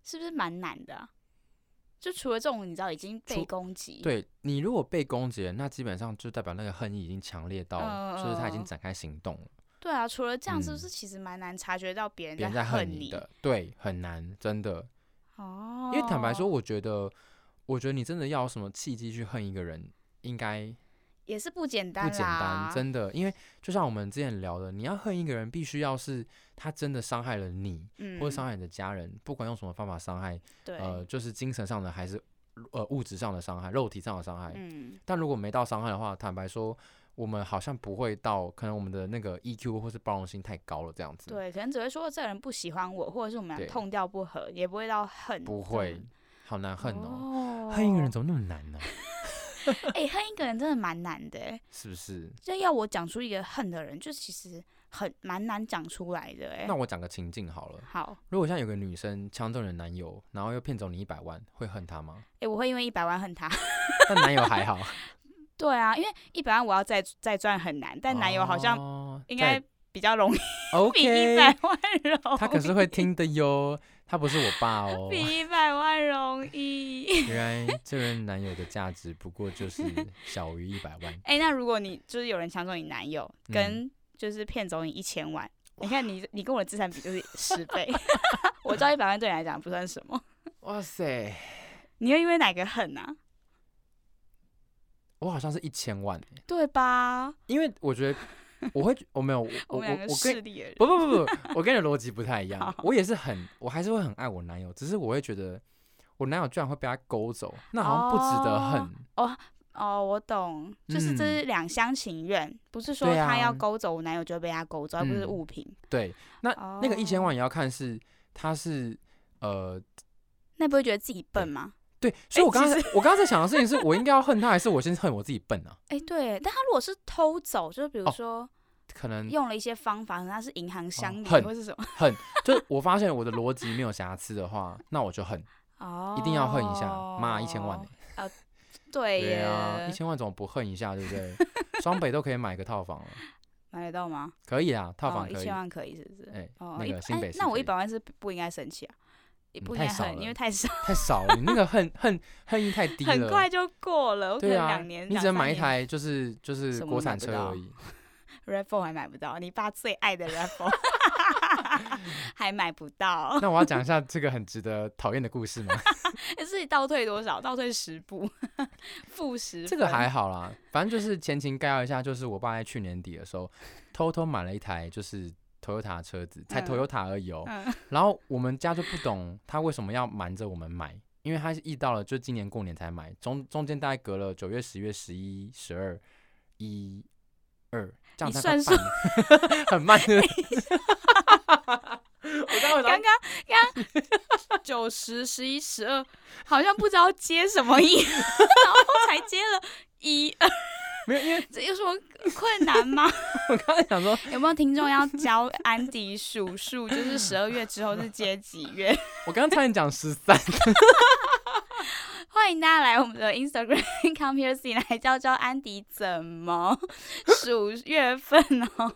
B: 是不是蛮难的啊、就除了这种，你知道已经被
A: 除
B: 攻击，，
A: 对你如果被攻击了，那基本上就代表那个恨意已经强烈到，就是他已
B: 嗯嗯
A: 经
B: 嗯
A: 展开行动了，
B: 对啊，除了这样，是不
A: 嗯
B: 是其实蛮难察觉到别人
A: 别人在
B: 恨
A: 恨你的，对，很难，真的。
B: 哦，
A: 因为坦白说，，我觉得，我觉得你真的要有什么契机去恨一个人，应该
B: 也是不简单
A: 不
B: 啦，
A: 简单，真的。因为就像我们之前聊的，你要恨一个人，必须要是他真的伤害了你，
B: 嗯，
A: 或者伤害你的家人，不管用什么方法伤害，
B: 对，
A: 呃，就是精神上的还是呃物质上的伤害、肉体上的伤害。
B: 嗯，
A: 但如果没到伤害的话，坦白说，我们好像不会到，可能我们的那个 EQ 或是包容性太高了这样子。，
B: 对，可能只会说这个人不喜欢我，或者是我们俩
A: 对
B: 痛掉不合，也不会到恨，
A: 不会，好难恨哦。
B: 哦
A: 恨一个人，怎么那么难呢、
B: 哎、恨一个人真的蛮难的、欸，
A: 是不是？
B: 就要我讲出一个恨的人，就其实很蛮难讲出来的、欸，
A: 那我讲个情境好了。
B: 好，
A: 如果像有个女生抢走你的男友，然后又骗走你一百万，会恨她吗？
B: 哎、我会因为一百万恨他。
A: 但男友还好，
B: 对啊，因为一百万我要再再赚很难， 但男友好像
A: 像
B: 应该比较容易，比 一
A: 哦 OK，
B: 百万容易。
A: 他可是会听的哟，他不是我爸哦。
B: 比一百万容 易。，
A: 原来这任男友的价值不过就是小于一百万
B: 哎、那如果你就是有人抢走你男友，
A: 嗯
B: 跟就是骗走你一千万，你看你你跟我的资产比就是十倍。 我知道一百万对你来讲不算什么，
A: 哇塞，
B: 你会因为哪个恨啊？
A: 我好像是一千万欸，
B: 对吧？
A: 因为我觉得我会觉我没有我
B: 我
A: 我
B: 们两个
A: 我
B: 势
A: 跟
B: 利的人，
A: 不不不不， 我跟你的逻辑不太一样
B: 好。
A: 我也是很，我还是会很爱我男友，只是我会觉得我男友居然会被他勾走，那好像不值得
B: 哦
A: 恨。
B: 哦，我懂，就是这
A: 嗯
B: 是两厢情愿，不是说
A: 对
B: 他要
A: 啊
B: 勾走我男友就会被他勾走，而不是
A: 嗯
B: 物品。
A: 对，那、那个一千
B: 哦
A: 万也要看是他是呃
B: 那不会觉得自己笨吗？
A: 对，所以我
B: 哎
A: 刚
B: 其
A: 才、我刚才在想的事情是我应该要恨他，还是我先恨我自己笨啊？
B: 哎、对，但他如果是偷走，就是比如
A: 哦
B: 说
A: 可能
B: 用了一些方法，可能他是银行箱里
A: 恨
B: 或是什么，
A: 恨，就是我发现我的逻辑没有瑕疵的话，那我就恨，
B: 哦，
A: 一定要恨一下。妈，一千万、欸，对
B: 对耶，
A: 啊，一千万怎么不恨一下，对不对？双北都可以买个套房了，
B: 买得到吗？
A: 可以啊，套
B: 哦、
A: 房
B: 一
A: 可以。
B: 千万可以是不是？
A: 哎
B: 哦，
A: 那
B: 一
A: 个
B: 哎
A: 新北市
B: 那我
A: 可
B: 一
A: 以
B: 百万是不应该生气啊，也
A: 嗯
B: 不应
A: 太
B: 该
A: 少
B: 恨，因
A: 了
B: 为太少，
A: 太少了，你那个恨恨恨意太低了，
B: 很快就过了，我可
A: 对
B: 能
A: 啊
B: 两，年，
A: 你只
B: 两
A: 能
B: 三
A: 买一
B: 年
A: 台就是就是
B: 什么
A: 国
B: 都买
A: 产
B: 不
A: 车
B: 到
A: 而已，
B: Raffle 还买不到，你爸最爱的 Raffle 还买不到，
A: 那我要讲一下这个很值得讨厌的故 事吗？
B: 自己倒退多少？倒退十步， 负十。
A: 这个还好啦，反正就是前情概要一下，就是我爸在去年底的时候偷偷买了一台就是 Toyota 车子，才
B: 嗯
A: Toyota 而已哦、
B: 嗯
A: 然后我们家就不懂他为什么要瞒着我们买，因为他是遇到了就今年过年才买，中中间大概隔了九月、十月、十一、十二、一、二，这样
B: 你
A: 才快
B: 算
A: 半年 很慢的。 我刚刚想
B: 刚刚刚刚九十、十一、十二，好像不知道接什么一， 然后才接了一二，
A: 没有，因为
B: 这有什么困难吗？
A: 我刚刚想说
B: 有没有听众要教安迪数数？就是十二月之后是接几月？
A: 我刚刚差点讲十 三，
B: 欢迎大家来我们的 Instagram come here see 来教教安迪 怎么数月份哦，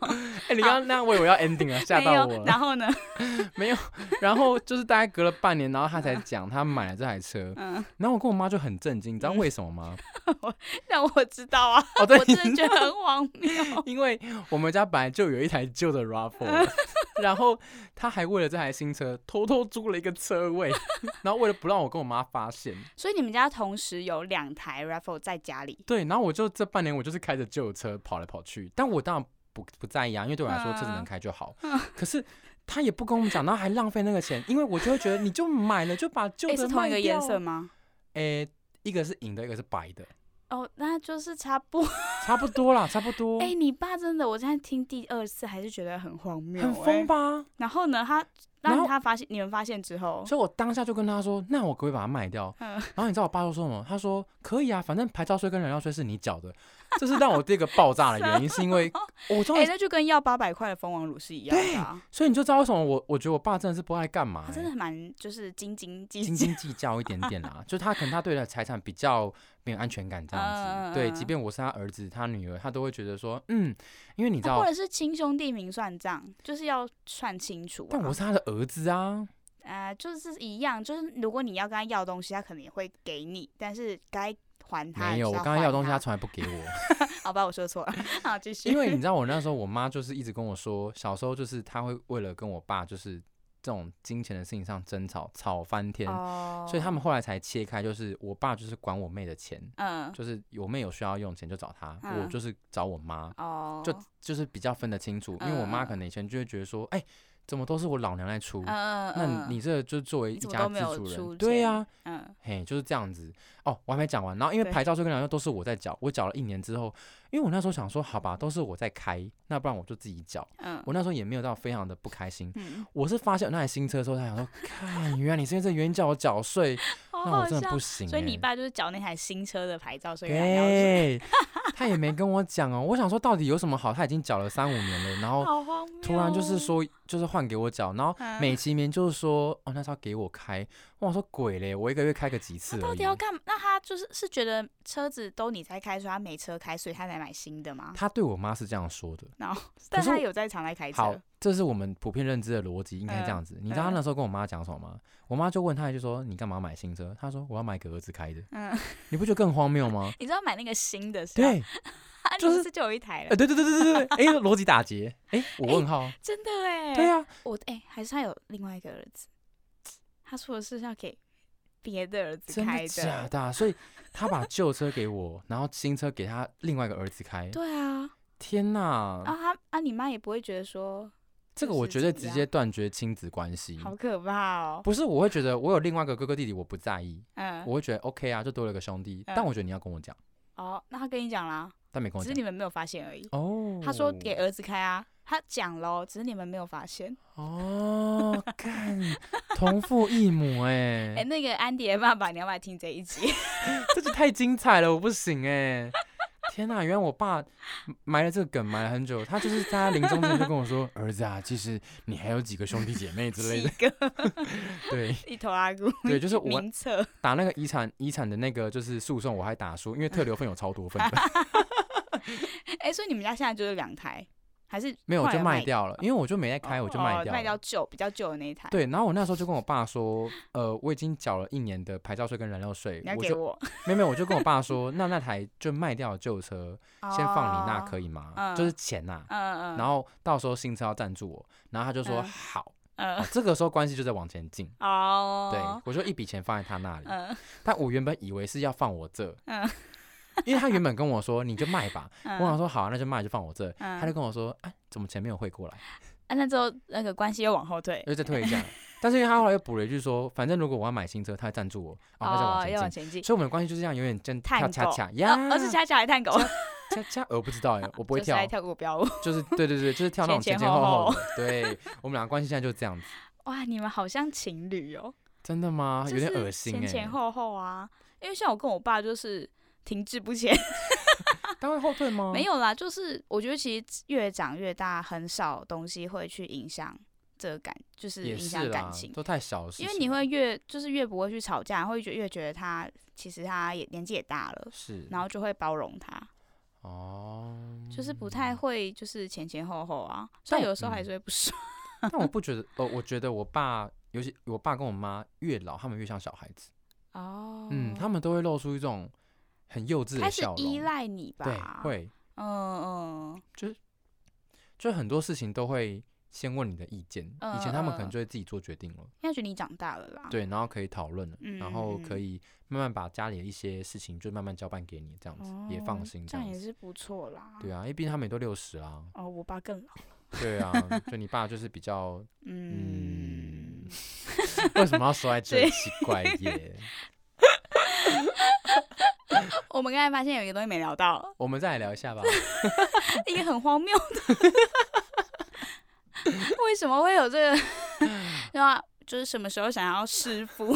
A: 哎，你刚刚那样我以为要 ending 了，吓
B: 没
A: 到我
B: 有，
A: 了。
B: 然后 呢，
A: 没有，然后就是大概隔了半年，然后他 才讲他买了这台车，
B: 嗯，
A: 然后我跟我妈就很震惊，你知道为什么吗？
B: 让我知道啊，
A: 哦， 对，
B: 我，真的觉得很荒谬
A: 因为我们家本来就有一台旧 的 Raffle，了然后他还为了这台新车偷偷租了一个车位，然后为了不让我跟我妈发现，
B: 所以你们家同时有两台 raffle 在家里，
A: 对，然后我就这半年我就是开着旧车跑来跑去，但我当然不不在意啊，因为对我来说车子能开就好，
B: 嗯
A: 可是。他也不跟我们讲，然后还浪费那个钱，因为我就会觉得你就买了就把旧
B: 诶，
A: 的
B: 是同一个
A: 卖
B: 颜
A: 掉
B: 色吗？
A: 诶、一个是银的，一个是白的，
B: 哦，那就是差不多。
A: 差不多啦，差不多。
B: 哎、你爸真的，我现在听第二次还是觉得很荒谬、
A: 很
B: 诶
A: 疯吧？
B: 然后呢，他
A: 然
B: 让
A: 后
B: 他发现，你们发现之后，
A: 所以我当下就跟他说：“那我可不可以把它卖掉？”
B: 哦嗯
A: 然后你知道我爸都说什么？他说：“可以啊，反正牌照税跟燃料税是你缴的。”这是让我第一个爆炸的原因，是因为我终
B: 哎、
A: 于，
B: 那就跟要八百块的蜂王乳是一样的、啊。
A: 所以你就知道为什么我我觉得我爸真的是不爱干嘛、欸
B: 他真的蛮就是斤斤计
A: 斤
B: 较，
A: 斤计较一点点 啦。就他可能他对他的财产比较没有安全感这样子。
B: 嗯嗯嗯
A: 对，
B: 嗯
A: 即便我是他儿子、他女儿，他都会觉得说：“嗯，因为你知
B: 或
A: 道，
B: 者是亲兄弟明算账，就是要算清楚、啊。
A: 但我是他的儿子啊。”
B: 呃，就是一样，就是如果你要跟他要东西，他可能也会给你，但是该还他
A: 没有，
B: 也
A: 我
B: 是
A: 刚刚要
B: 还
A: 的东西他
B: 他，
A: 从来不给我。
B: 好吧，我说错了，好继续。
A: 因为你知 道，我那时候我妈就是一直跟我说，小时候就是她会为了跟我爸就是这种金钱的事情上争吵，吵翻天，
B: 哦，
A: 所以他们后来才切开，就是我爸就是管我妹的钱，
B: 嗯
A: 就是我妹有需要用钱就找他，我
B: 嗯
A: 就是找我妈，
B: 哦
A: 就就是比较分得清楚，因为我妈
B: 嗯
A: 可能以前就会觉得说，哎、怎么都是我老娘在出，
B: 嗯嗯
A: 那
B: 嗯，
A: 你这就作为一
B: 你怎么
A: 家
B: 都没
A: 自
B: 有
A: 主
B: 出
A: 人，对呀、啊
B: 钱嗯
A: 嘿，就是这样子哦，我还没讲完。然后因为
B: 对
A: 牌照税跟燃料都是我在缴，我缴了一年之后，因为我那时候想说，好吧，都是我在开，那不然我就自己缴。
B: 嗯
A: 我那时候也没有到非常的不开心，
B: 嗯，
A: 我是发现有那台新车的时候，才想说，看，原来你是因为这个原因叫我缴税，
B: 好
A: 那我
B: 好
A: 真的
B: 笑
A: 不。行、欸。
B: 所以你爸就是缴那台新车的牌照，所以他要是
A: 对，他也没跟我讲哦。我想说，到底有什么好？他已经缴了三五年了，然后
B: 好荒谬哦。
A: 突然就是说，就是换给我缴，然后
B: 啊
A: 美其名就是说，哦，那是要给我开。我想说鬼嘞，我一个月开个几次而已。
B: 到底要干嘛？那他就是是觉得车子都你在开，所以他没车开，所以他才买新的吗？
A: 他对我妈是这样说的。
B: 但
A: 是
B: 他
A: 我
B: 有在常来开
A: 好
B: 车。，
A: 这是我们普遍认知的逻辑，应该这
B: 嗯
A: 样子。你知道他
B: 嗯
A: 那时候跟我妈讲什么吗？我妈就问他，就说你干嘛买新车？他说我要买给儿子开的。
B: 嗯，
A: 你不觉得更荒谬吗？
B: 你知道买那个新的是吧？
A: 对，
B: 啊，
A: 就
B: 你
A: 是
B: 不是就有一台
A: 哎、
B: 了，
A: 对对对对对对，哎、逻辑打结，哎、我
B: 哎
A: 问号，
B: 真的哎。
A: 对，啊，
B: 我哎，还是他有另外一个儿子，他说的是要给别的儿子
A: 真
B: 开
A: 的假的啊？所以他把旧车给我，然后新车给他另外一个儿子开，
B: 对啊，
A: 天哪，
B: 啊，他啊，你妈也不会觉得说
A: 这个
B: 就
A: 我
B: 是
A: 绝对
B: 怎
A: 直
B: 样
A: 接断绝亲子关系。
B: 好可怕哦。
A: 嗯不是，我会觉得我有另外一个哥哥弟弟，我不在意，
B: 嗯，
A: 我会觉得 OK 啊，就多了个兄弟。但
B: 嗯
A: 我觉得你要跟我讲，
B: 哦，那他跟你讲啦，
A: 但没跟我
B: 只是
A: 讲
B: 你。们没有发现而已。
A: 哦，
B: 他说给儿子开啊，他讲喽，只是你们没有发现。
A: 哦，干同父异母哎、
B: 哎、那个安迪的爸爸，你要不要听这一集？
A: 这集太精彩了，我不行哎、天呐，原来我爸埋了这个梗埋了很久，他就是在他临终前就跟我 说：“儿子啊，其实你还有几个兄弟姐妹之类
B: 七
A: 的。
B: 个
A: 对
B: 一头阿姑”
A: 对，就是我
B: 名册，
A: 打那个遗产遗产的那个就是诉讼，我还打输，因为特留份有超多份 的，
B: 哎、所以你们家现在就是两台，还是
A: 没有
B: 后
A: 我
B: 来
A: 就
B: 有
A: 卖掉了，因为我就没在开，
B: 哦
A: 我就卖
B: 哦
A: 掉
B: 卖掉
A: 了。
B: 旧比较旧的那一台。，
A: 对，然后我那时候就跟我爸说，呃，我已经缴了一年的牌照税跟燃料税
B: 你要，
A: 我
B: 给
A: 就
B: 我，
A: 没有没有，我就跟我爸说，那那台就卖掉的旧车，先放你那可
B: 以。
A: 以吗？
B: 嗯
A: 就是钱呐、
B: 嗯嗯，
A: 然后到时候新车要赞助我，然后他就说
B: 嗯
A: 好、
B: 嗯
A: 哦，这个时候关系就在往前进。对
B: 哦，，
A: 我就一笔钱放在他那里，
B: 嗯
A: 但我原本以为是要放我这，
B: 嗯
A: 因为他原本跟我说你就卖 吧，
B: 嗯，
A: 我想说好、啊，那就卖就放我这，
B: 嗯
A: 他就跟我说哎，怎么钱没有汇过来，
B: 啊，那之后那个关系又往后退，
A: 又再退 一下，但是因为他后来又补了一句说，反正如果我要买新车，他会赞助我，然后再往
B: 哦，
A: 前
B: 要
A: 进，
B: 往前进，
A: 所以我们的关系就是这样，有点真
B: 探
A: 跳恰
B: 狗
A: 恰
B: 哦
A: 呀，
B: 而且恰恰还探狗，
A: 恰恰，呃我不知道哎，我不会
B: 就是爱
A: 跳，
B: 跳国标舞。
A: 就是对对对，就是跳那种
B: 前
A: 前
B: 前
A: 前
B: 后
A: 后
B: 后
A: 的，对我们俩关系现在就是这 样子。
B: 哇，你们好像情侣哦，
A: 真的吗？有
B: 就
A: 点
B: 是
A: 恶心哎、
B: 前前后后啊，因为像我跟我爸就是停滞不前，
A: 他会后退吗？
B: 没有啦，就是我觉得其实越长越大，很少东西会去影响这个感，就是
A: 也
B: 影
A: 是
B: 响感
A: 啦
B: 情，。
A: 都太小的事情
B: 因
A: 了。
B: 为你会越就是越不会去吵架，会觉越觉得他其实他也年纪也大了，
A: 是，
B: 然后就会包容他，
A: 哦，
B: 就是不太会就是前前后后啊，所
A: 但
B: 以
A: 我
B: 有时候还
A: 嗯
B: 是会 不爽。
A: 但我不觉 得，呃，我觉得我爸，尤其我爸跟我妈越老，他们越像小孩子，
B: 哦，
A: 嗯，他们都会露出一种很幼稚
B: 开
A: 的
B: 始
A: 笑容，
B: 依赖你
A: 对
B: 吧？，，
A: 会，
B: 嗯嗯，
A: 就很多事情都会先问你的意见，以前他们可
B: 嗯嗯
A: 能
B: 嗯
A: 就会自己做决定了，
B: 因为觉得你长大了啦。，
A: 对，然后可以讨论了，然后可
B: 啊嗯
A: 以慢慢把家里的一些事情就慢慢交办给你，这样子、也放心，
B: 哦这
A: 这样
B: 样也
A: 子，
B: 是不错啦。
A: 对啊，因为毕竟他们也都六十啦，
B: 哦，我爸更老。
A: 对啊，就你爸就是比较， 嗯
B: 嗯，，
A: 为什么要说在这
B: 对
A: 里？奇怪 耶。
B: 我们刚才发现有一个东西没聊到，
A: 我们再来聊一下吧。
B: 一个很荒谬的，为什么会有这个？
A: 嗯
B: 对吧？就是什么时候想要弑父？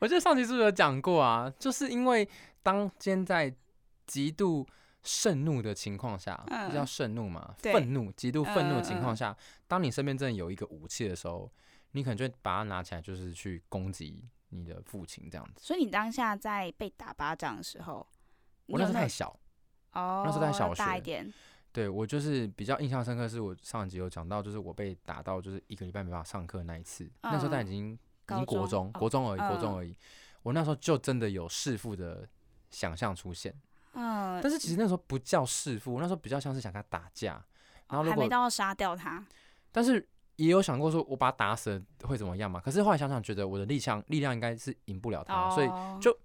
A: 我记得上期是不是有讲过啊？就是因为当今天在极度盛怒的情况下，
B: 嗯
A: 这叫盛怒嘛？
B: 对
A: 愤怒，极度愤怒的情
B: 嗯嗯
A: 况
B: 嗯
A: 下，当你身边真的有一个武器的时候，你可能就会把它拿起来，就是去攻击你的父亲这样子。
B: 所以你当下在被打巴掌的时候，你
A: 我那
B: 有
A: 时候太
B: 那
A: 小，
B: 哦，
A: 那时候在小
B: 要大
A: 学
B: 一点，
A: 对我就是比较印象深刻，是我上集有讲到，就是我被打到就是一个礼拜没办法上课那一次，那时候但已经已
B: 嗯高
A: 经国
B: 中
A: 中
B: 哦
A: 国中而已，国
B: 嗯
A: 中而已，我那时候就真的有弑父的想象出现，
B: 嗯，
A: 但是其实那时候不叫弑父，那时候比较像是想跟他打架，然后如
B: 哦还没
A: 果
B: 到要杀掉他，
A: 但是也有想过说我把他打死了会怎么样嘛，可是后来想想觉得我的力量力量应该是赢不了他，所以
B: 哦
A: 就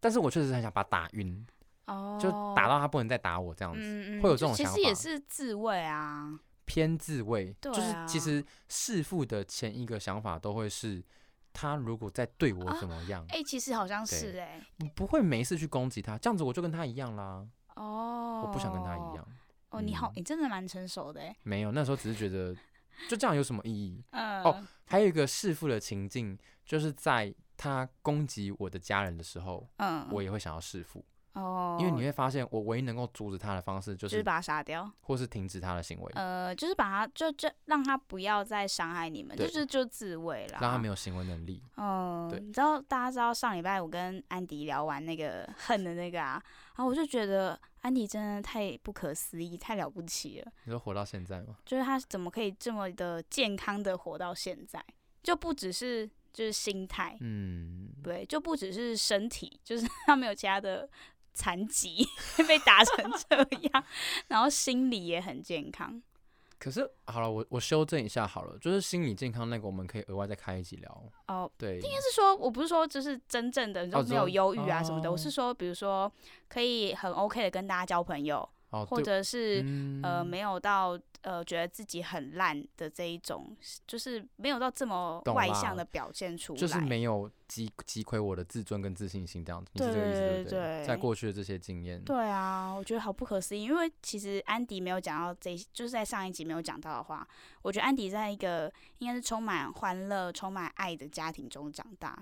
A: 但是我确实是很想把他打晕，
B: 哦，
A: 就打到他不能再打我这样子。
B: 嗯，嗯嗯
A: 会有
B: 就
A: 这种
B: 其
A: 想
B: 实也
A: 法嗯
B: 是自卫啊，
A: 偏自卫，
B: 对
A: 就是其
B: 啊
A: 实弑父的前一个想法都会是，他如果再对我
B: 啊
A: 怎么样，
B: 哎、其实好像是
A: 对
B: 哎、
A: 我不会没事去攻击他，这样子我就跟他一样啦，
B: 哦，
A: 我不想跟他一样。
B: 哦，你好
A: 嗯，
B: 你真的蛮成熟的哎、
A: 没有，那时候只是觉得就这样有什么意义？
B: 嗯，
A: 哦，还有一个弑父的情境，就是在他攻击我的家人的时候，
B: 嗯，
A: 我也会想要弑父，
B: 哦，
A: 因为你会发现我唯一能够阻止他的方式就
B: 就是是，把他杀掉，
A: 或是停止他的行为，
B: 呃，就是把他就就让他不要再伤害你们，就
A: 对
B: 是就自卫啦，
A: 让他没有行为能力。
B: 嗯，
A: 对
B: 你知道大家知道上礼拜我跟安迪聊完那个 恨的那个啊，然后我就觉得安迪真的太不可思议，太了不起了，
A: 你说活到现在吗？
B: 就是他怎么可以这么的健康的活到现在，就不只是就是心态，
A: 嗯，
B: 对，就不只是身体，就是他没有其他的残疾 被 打成这样，然后心理也很健康。
A: 可是好了，我我修正一下好了，就是心理健康那个，我们可以额外再开一集聊。
B: 哦，
A: 对，应该
B: 就是说我不是说就是真正的你
A: 哦
B: 就没有
A: 这
B: 忧郁啊什么的，
A: 哦
B: 我是说比如说可以很 OK 的跟大家交朋友，
A: 哦，
B: 或
A: 对
B: 者是、
A: 嗯
B: 呃没有到呃觉得自己很烂的这一种，就是没有到这么
A: 懂
B: 外
A: 啦
B: 向的表现出来。
A: 就是没有击击溃我的自尊跟自信心这样子，你是这个意思
B: 对
A: 对不对？在
B: 对
A: 过去的这些经验，
B: 对啊，我觉得好不可思议，因为其实安迪没有讲到这，就是在上一集没有讲到的话，我觉得安迪在一个应该是充满欢乐、充满爱的家庭中长大，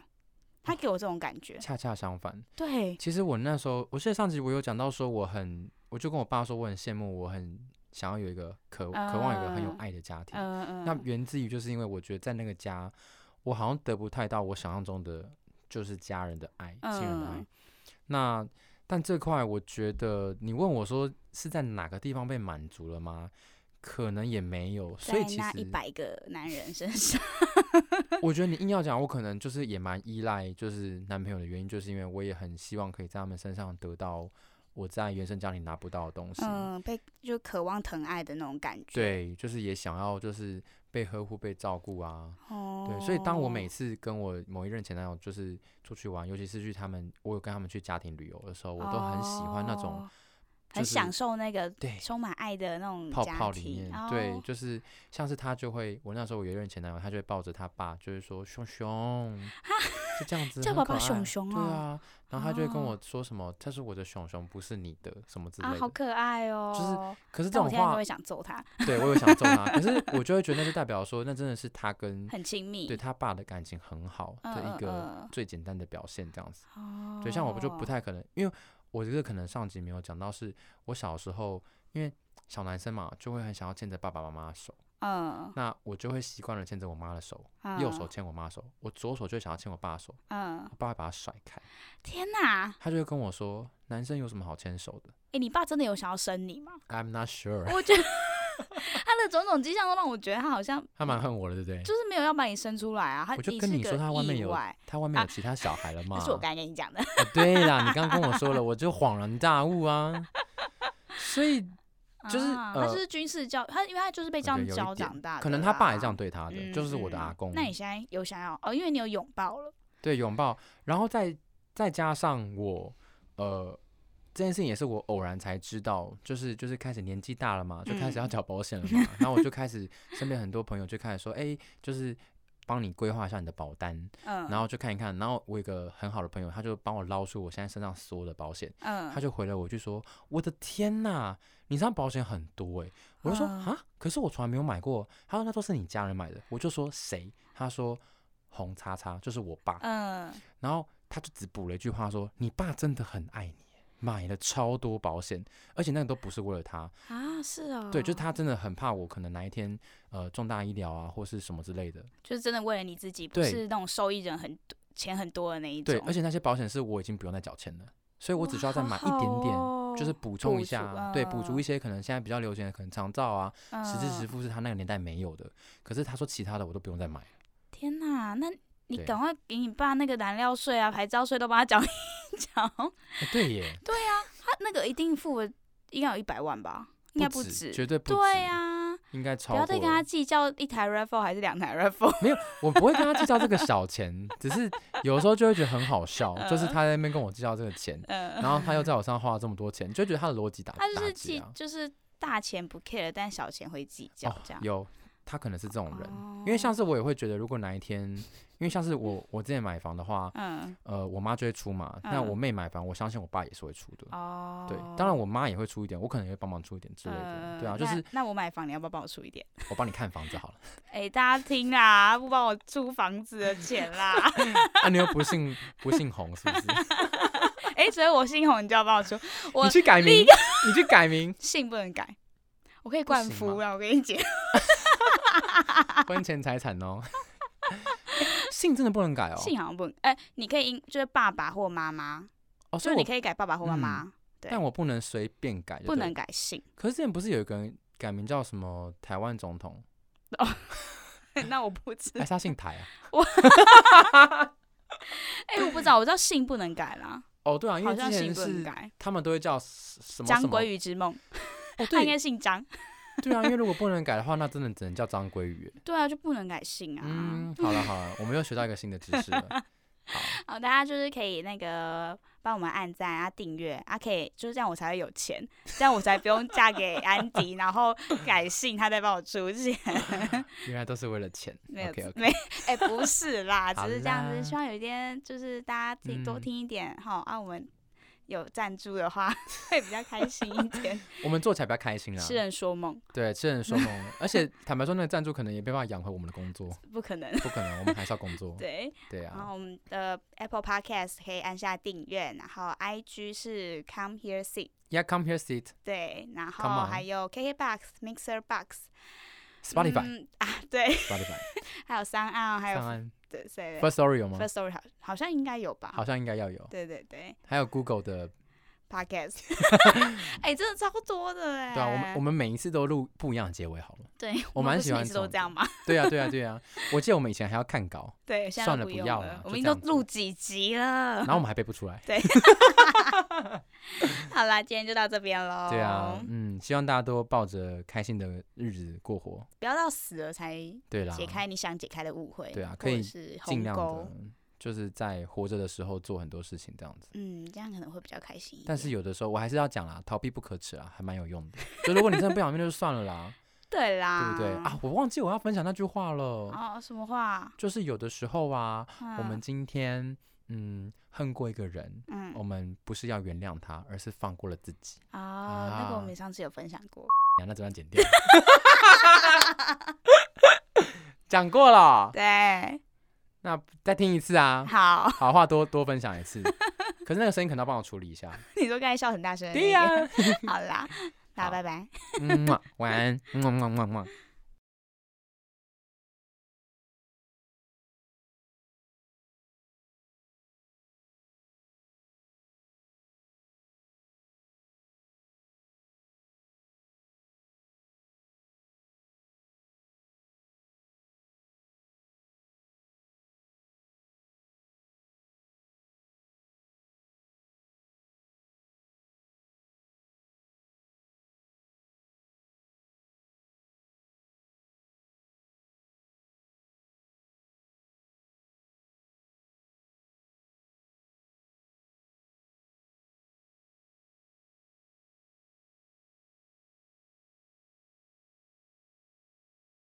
B: 他给我这种感觉。
A: 恰恰相反。
B: 对，
A: 其实我那时候，我记得上集我有讲到说，我很，我就跟我爸说，我很羡慕，我很想要有一个渴渴望有一个很有
B: 嗯
A: 爱的家庭。
B: 嗯嗯，
A: 那源自于就是因为我觉得在那个家，我好像得不太到我想象中的，就是家人的爱、亲人的爱
B: 嗯。
A: 那但这块，我觉得你问我说是在哪个地方被满足了吗？可能也没有，所以
B: 在
A: 其
B: 那一
A: 实
B: 百个男人身上，
A: 我觉得你硬要讲，我可能就是也蛮依赖就是男朋友的原因，就是因为我也很希望可以在他们身上得到我在原生家庭拿不到的东西。
B: 嗯，被就渴望疼爱的那种感觉。，
A: 对，就是也想要就是被呵护、被照顾啊。
B: 哦，
A: 对，所以当我每次跟我某一任前男友就是出去玩，尤其是去他们，我有跟他们去家庭旅游的时候，我都很喜欢那种、
B: 哦很
A: 就是
B: 享受那个
A: 对
B: 充满爱的那种
A: 泡
B: 嗯家
A: 泡里
B: 庭
A: 面，
B: 哦
A: 对，就是像是他就会，我那时候我有一任前男友，他就会抱着他爸，就是说熊熊，就这样子，
B: 叫
A: 很
B: 爸
A: 可
B: 爸熊
A: 爱
B: 熊
A: 对
B: 哦
A: 啊，然后他就会跟
B: 哦
A: 我说什么，他是我的熊熊，不是你的什么之类
B: 啊，
A: 的，
B: 好可爱哦。
A: 是可是这
B: 但我
A: 种
B: 现在都
A: 话
B: 会，想揍他，
A: 对我有想揍他，可是我就会觉得那就代表说，那真的是他跟
B: 很亲密。
A: 嗯对他爸的感情很好的
B: 嗯
A: 一个
B: 嗯
A: 最简单的表现，这样子。
B: 嗯
A: 对，像我不就不
B: 哦
A: 太可能，因为我觉得可能上集没有讲到，是我小时候因为小男生嘛，就会很想要牵着爸爸妈妈的手，
B: 嗯
A: 那我就会习惯了牵着我妈的手，右
B: 啊
A: 手牵我妈的手，我左手就会想要牵我爸的手，
B: 嗯，嗯
A: 我爸会把他甩开，
B: 天哪！
A: 他就会跟我说，男生有什么好牵手的
B: 哎，你爸真的有想要生你 吗？
A: ？I'm not sure，
B: 我觉得他的种种迹象都让我觉得他好像
A: 他蛮恨我的，对不对？
B: 就是没有要把你生出来啊。他
A: 我就跟你
B: 你是
A: 说，
B: 个
A: 他外面
B: 意
A: 有
B: 外
A: 他外面有
B: 啊
A: 其他小孩了嘛？
B: 那是我刚才跟你讲的。
A: 哦对啦，你刚刚跟我说了，我就恍然大悟啊。所以 就是
B: 啊他
A: 呃
B: 就是军事教，他因为他就是被
A: 我
B: 这样
A: 觉得有一
B: 教
A: 点
B: 长大的啦，
A: 可能他爸也这样对他的，
B: 嗯，
A: 就是我的
B: 嗯
A: 阿公。
B: 那你现在有想要哦？因为你有拥抱了，
A: 对拥抱，然后再再加上我，呃，这件事情也是我偶然才知道，就是就是开始年纪大了嘛，就开始要
B: 嗯
A: 缴保险了嘛，然后我就开始身边很多朋友就开始说，哎、就是帮你规划一下你的保单，
B: 嗯，
A: 然后就看一看，然后我有一个很好的朋友，他就帮我捞出我现在身上所有的保险，
B: 嗯，
A: 他就回了我一句说，我的天呐，你身上保险很多哎、我就说
B: 嗯
A: 啊，可是我从来没有买过，他说那都是你家人买的，我就说谁，他说。红叉叉就是我爸，
B: 嗯，
A: 然后他就只补了一句话说：“你爸真的很爱你，买了超多保险，而且那个都不是为了他，
B: 啊，是哦，
A: 对，就是，他真的很怕我可能哪一天呃重大医疗啊或是什么之类的，
B: 就是真的为了你自己，不
A: 对
B: 是那种受益人很多钱很多的那一种，哦
A: 对，而且那些保险是我已经不用再缴钱了，所以我只需要再买一点点。就是补充
B: 补
A: 一
B: 足
A: 下，对，补足
B: 嗯
A: 一些可能现在比较流行的，可能长照啊，实支
B: 嗯
A: 实付是他那个年代没有的。可是他说其他的我都不用再买了，
B: 天哪，那你
A: 对
B: 赶快给你爸那个燃料税啊、牌照税都帮他缴一缴， 他
A: 哎对耶，
B: 那个一定付了，应该有一百万吧，应该不
A: 止，绝对不止，
B: 对呀、
A: 应该超过
B: 不要
A: 了。
B: 再跟他计较一台 Raffle 还是两 台 Raffle，
A: 没有，我不会跟他计较这个小钱，只是有时候就会觉得很好笑，就是他在那边跟我计较这个钱，
B: 嗯，
A: 然后他又在我身上花了这么多钱，就觉得他的逻辑打
B: 他就
A: 打
B: 是
A: 结
B: 计
A: 啊。
B: 就是大钱不 care，但小钱会计较
A: 哦
B: 这样。
A: 有，他可能是这种人，
B: 哦
A: 因为像是我也会觉得，如果哪一天，因为像是我我之前买房的话，
B: 嗯
A: 呃，我妈就会出嘛，那我
B: 嗯
A: 妹买房，我相信我爸也是会出的。
B: 哦，
A: 对，当然我妈也会出一点，我可能也会帮忙出一点之类的，对啊，
B: 嗯
A: 就是
B: 那那我买房，你要不要帮我出一点？
A: 我帮你看房子好了，
B: 哎、大家听啊，不帮我出房子的钱啦！
A: 啊，你又不姓不姓洪是不是？
B: 哎、所以我姓洪，你就要帮我出，我
A: 你去改名，你去改名，
B: 姓不能改，我可以冠
A: 行
B: 夫
A: 吗
B: 啊！我跟你讲，
A: 婚前财产 哦。姓真的不能改哦，
B: 姓好像不能，哎、你可以因就是爸爸或妈妈，
A: 哦，
B: 就
A: 所
B: 是
A: 以
B: 你
A: 我嗯
B: 可以改爸爸或妈妈，对
A: 但我不能随便改，
B: 不能。改姓。
A: 可是之前不是有一个人改名叫什么台湾总 统，
B: 那我不知
A: 还是他姓台啊？
B: 哎、我不知道，我知道姓不能改啦，
A: 哦，对啊，因为
B: 好
A: 之
B: 像姓
A: 前
B: 不能
A: 是
B: 改。
A: 他们都会叫什什么
B: 张
A: 什么
B: 鲑，鱼之梦，
A: 哦
B: 他
A: 对
B: 应该姓张。
A: 对啊，因为如果不能改的话，那真的 只能叫张鲑鱼。嗯
B: 对啊，就不能改姓啊。
A: 嗯，好了好了，我们又学到一个新的知识了。
B: 好，哦大家就是可以那个帮我们按赞啊、订阅啊，可以就是这样，我才会有钱，这样我才不用嫁给安迪，然后改姓他再帮我出钱。
A: 原来都是为了钱。
B: 没有
A: OK OK，
B: 没哎、不是啦，只
A: 好
B: 是这样
A: 啦
B: 子，希望有一天就是大家自己多
A: 嗯
B: 听一点哈、啊，我们有赞助的话 会比较开心一 点。
A: 我们做起来比较开心啦。
B: 痴人说梦
A: 对，痴人说梦。而且坦白说，那个赞助可能也没办法养活我们的工作，
B: 不可能，
A: 不可能，我们还是要工作。
B: 对。
A: 对
B: 然
A: 啊，
B: 后我们的 Apple Podcast 可以按下订阅，然后 IG 是 Come Here Sit。
A: Yeah, come here, sit
B: 对，然
A: Come
B: 后
A: on
B: 还有 KKBox、Mixer Box、
A: Spotify
B: 嗯、啊，对，
A: Spotify
B: 还有三岸，还
A: 上
B: 有
A: 岸
B: 对对
A: First Story 有吗？
B: First Story 好好像应该有吧？
A: 好像应该要有，
B: 对对对
A: 还有 Google 的，
B: ，Podcast，哎、真的超多的哎、
A: 对啊，我们我们每一次都录不一样的结尾好了。
B: 对
A: 我
B: 我
A: 蛮
B: 们不是
A: 喜欢
B: 每次
A: 这
B: 都
A: 种
B: 这样嘛。
A: 对啊，对啊，对 啊。我记得我们以前还要看稿，
B: 对，现在
A: 算
B: 都
A: 了
B: 不
A: 不
B: 用
A: 要
B: 了
A: 了，就
B: 我们已经
A: 这
B: 都
A: 样子
B: 录几集了
A: 然。后我们还背不出来。
B: 好啦，今天就到这边喽。
A: 对啊，嗯，希望大家都抱着开心的日子过活。
B: 不要到死了才
A: 对啦，
B: 解开你想解开的误会。
A: 对啊
B: 或
A: 可
B: 者
A: 以
B: 是
A: 尽
B: 鸿
A: 量
B: 沟
A: 的。，就是在活着的时候做很多事情这样子。
B: 嗯，这样可能会比较开心一点。
A: 但是有的时候我还是要讲啦，逃避不可耻啊，还蛮有用的。就如果你真的不想面对，就算了啦，
B: 对啦，
A: 对不 对啊？？我忘记我要分享那句话了，
B: 哦，什么话？
A: 就是有的时候啊，我
B: 我
A: 们今天嗯恨过一个人，
B: 嗯
A: 我们不是要原谅他，而是放过了自己。
B: 哦，那个我
A: 啊
B: 们上次有分享 过。
A: 啊那这段剪掉。讲过了，
B: 对，
A: 那再听一次啊。
B: 好，
A: 好话多多分享一次， 可是那个声音可能要帮我处理一下。
B: 你说刚才笑很大声。
A: 对呀、，
B: 好啦，大家
A: 好
B: 拜拜。
A: 嗯，晚安，嗯，嗯嗯嗯。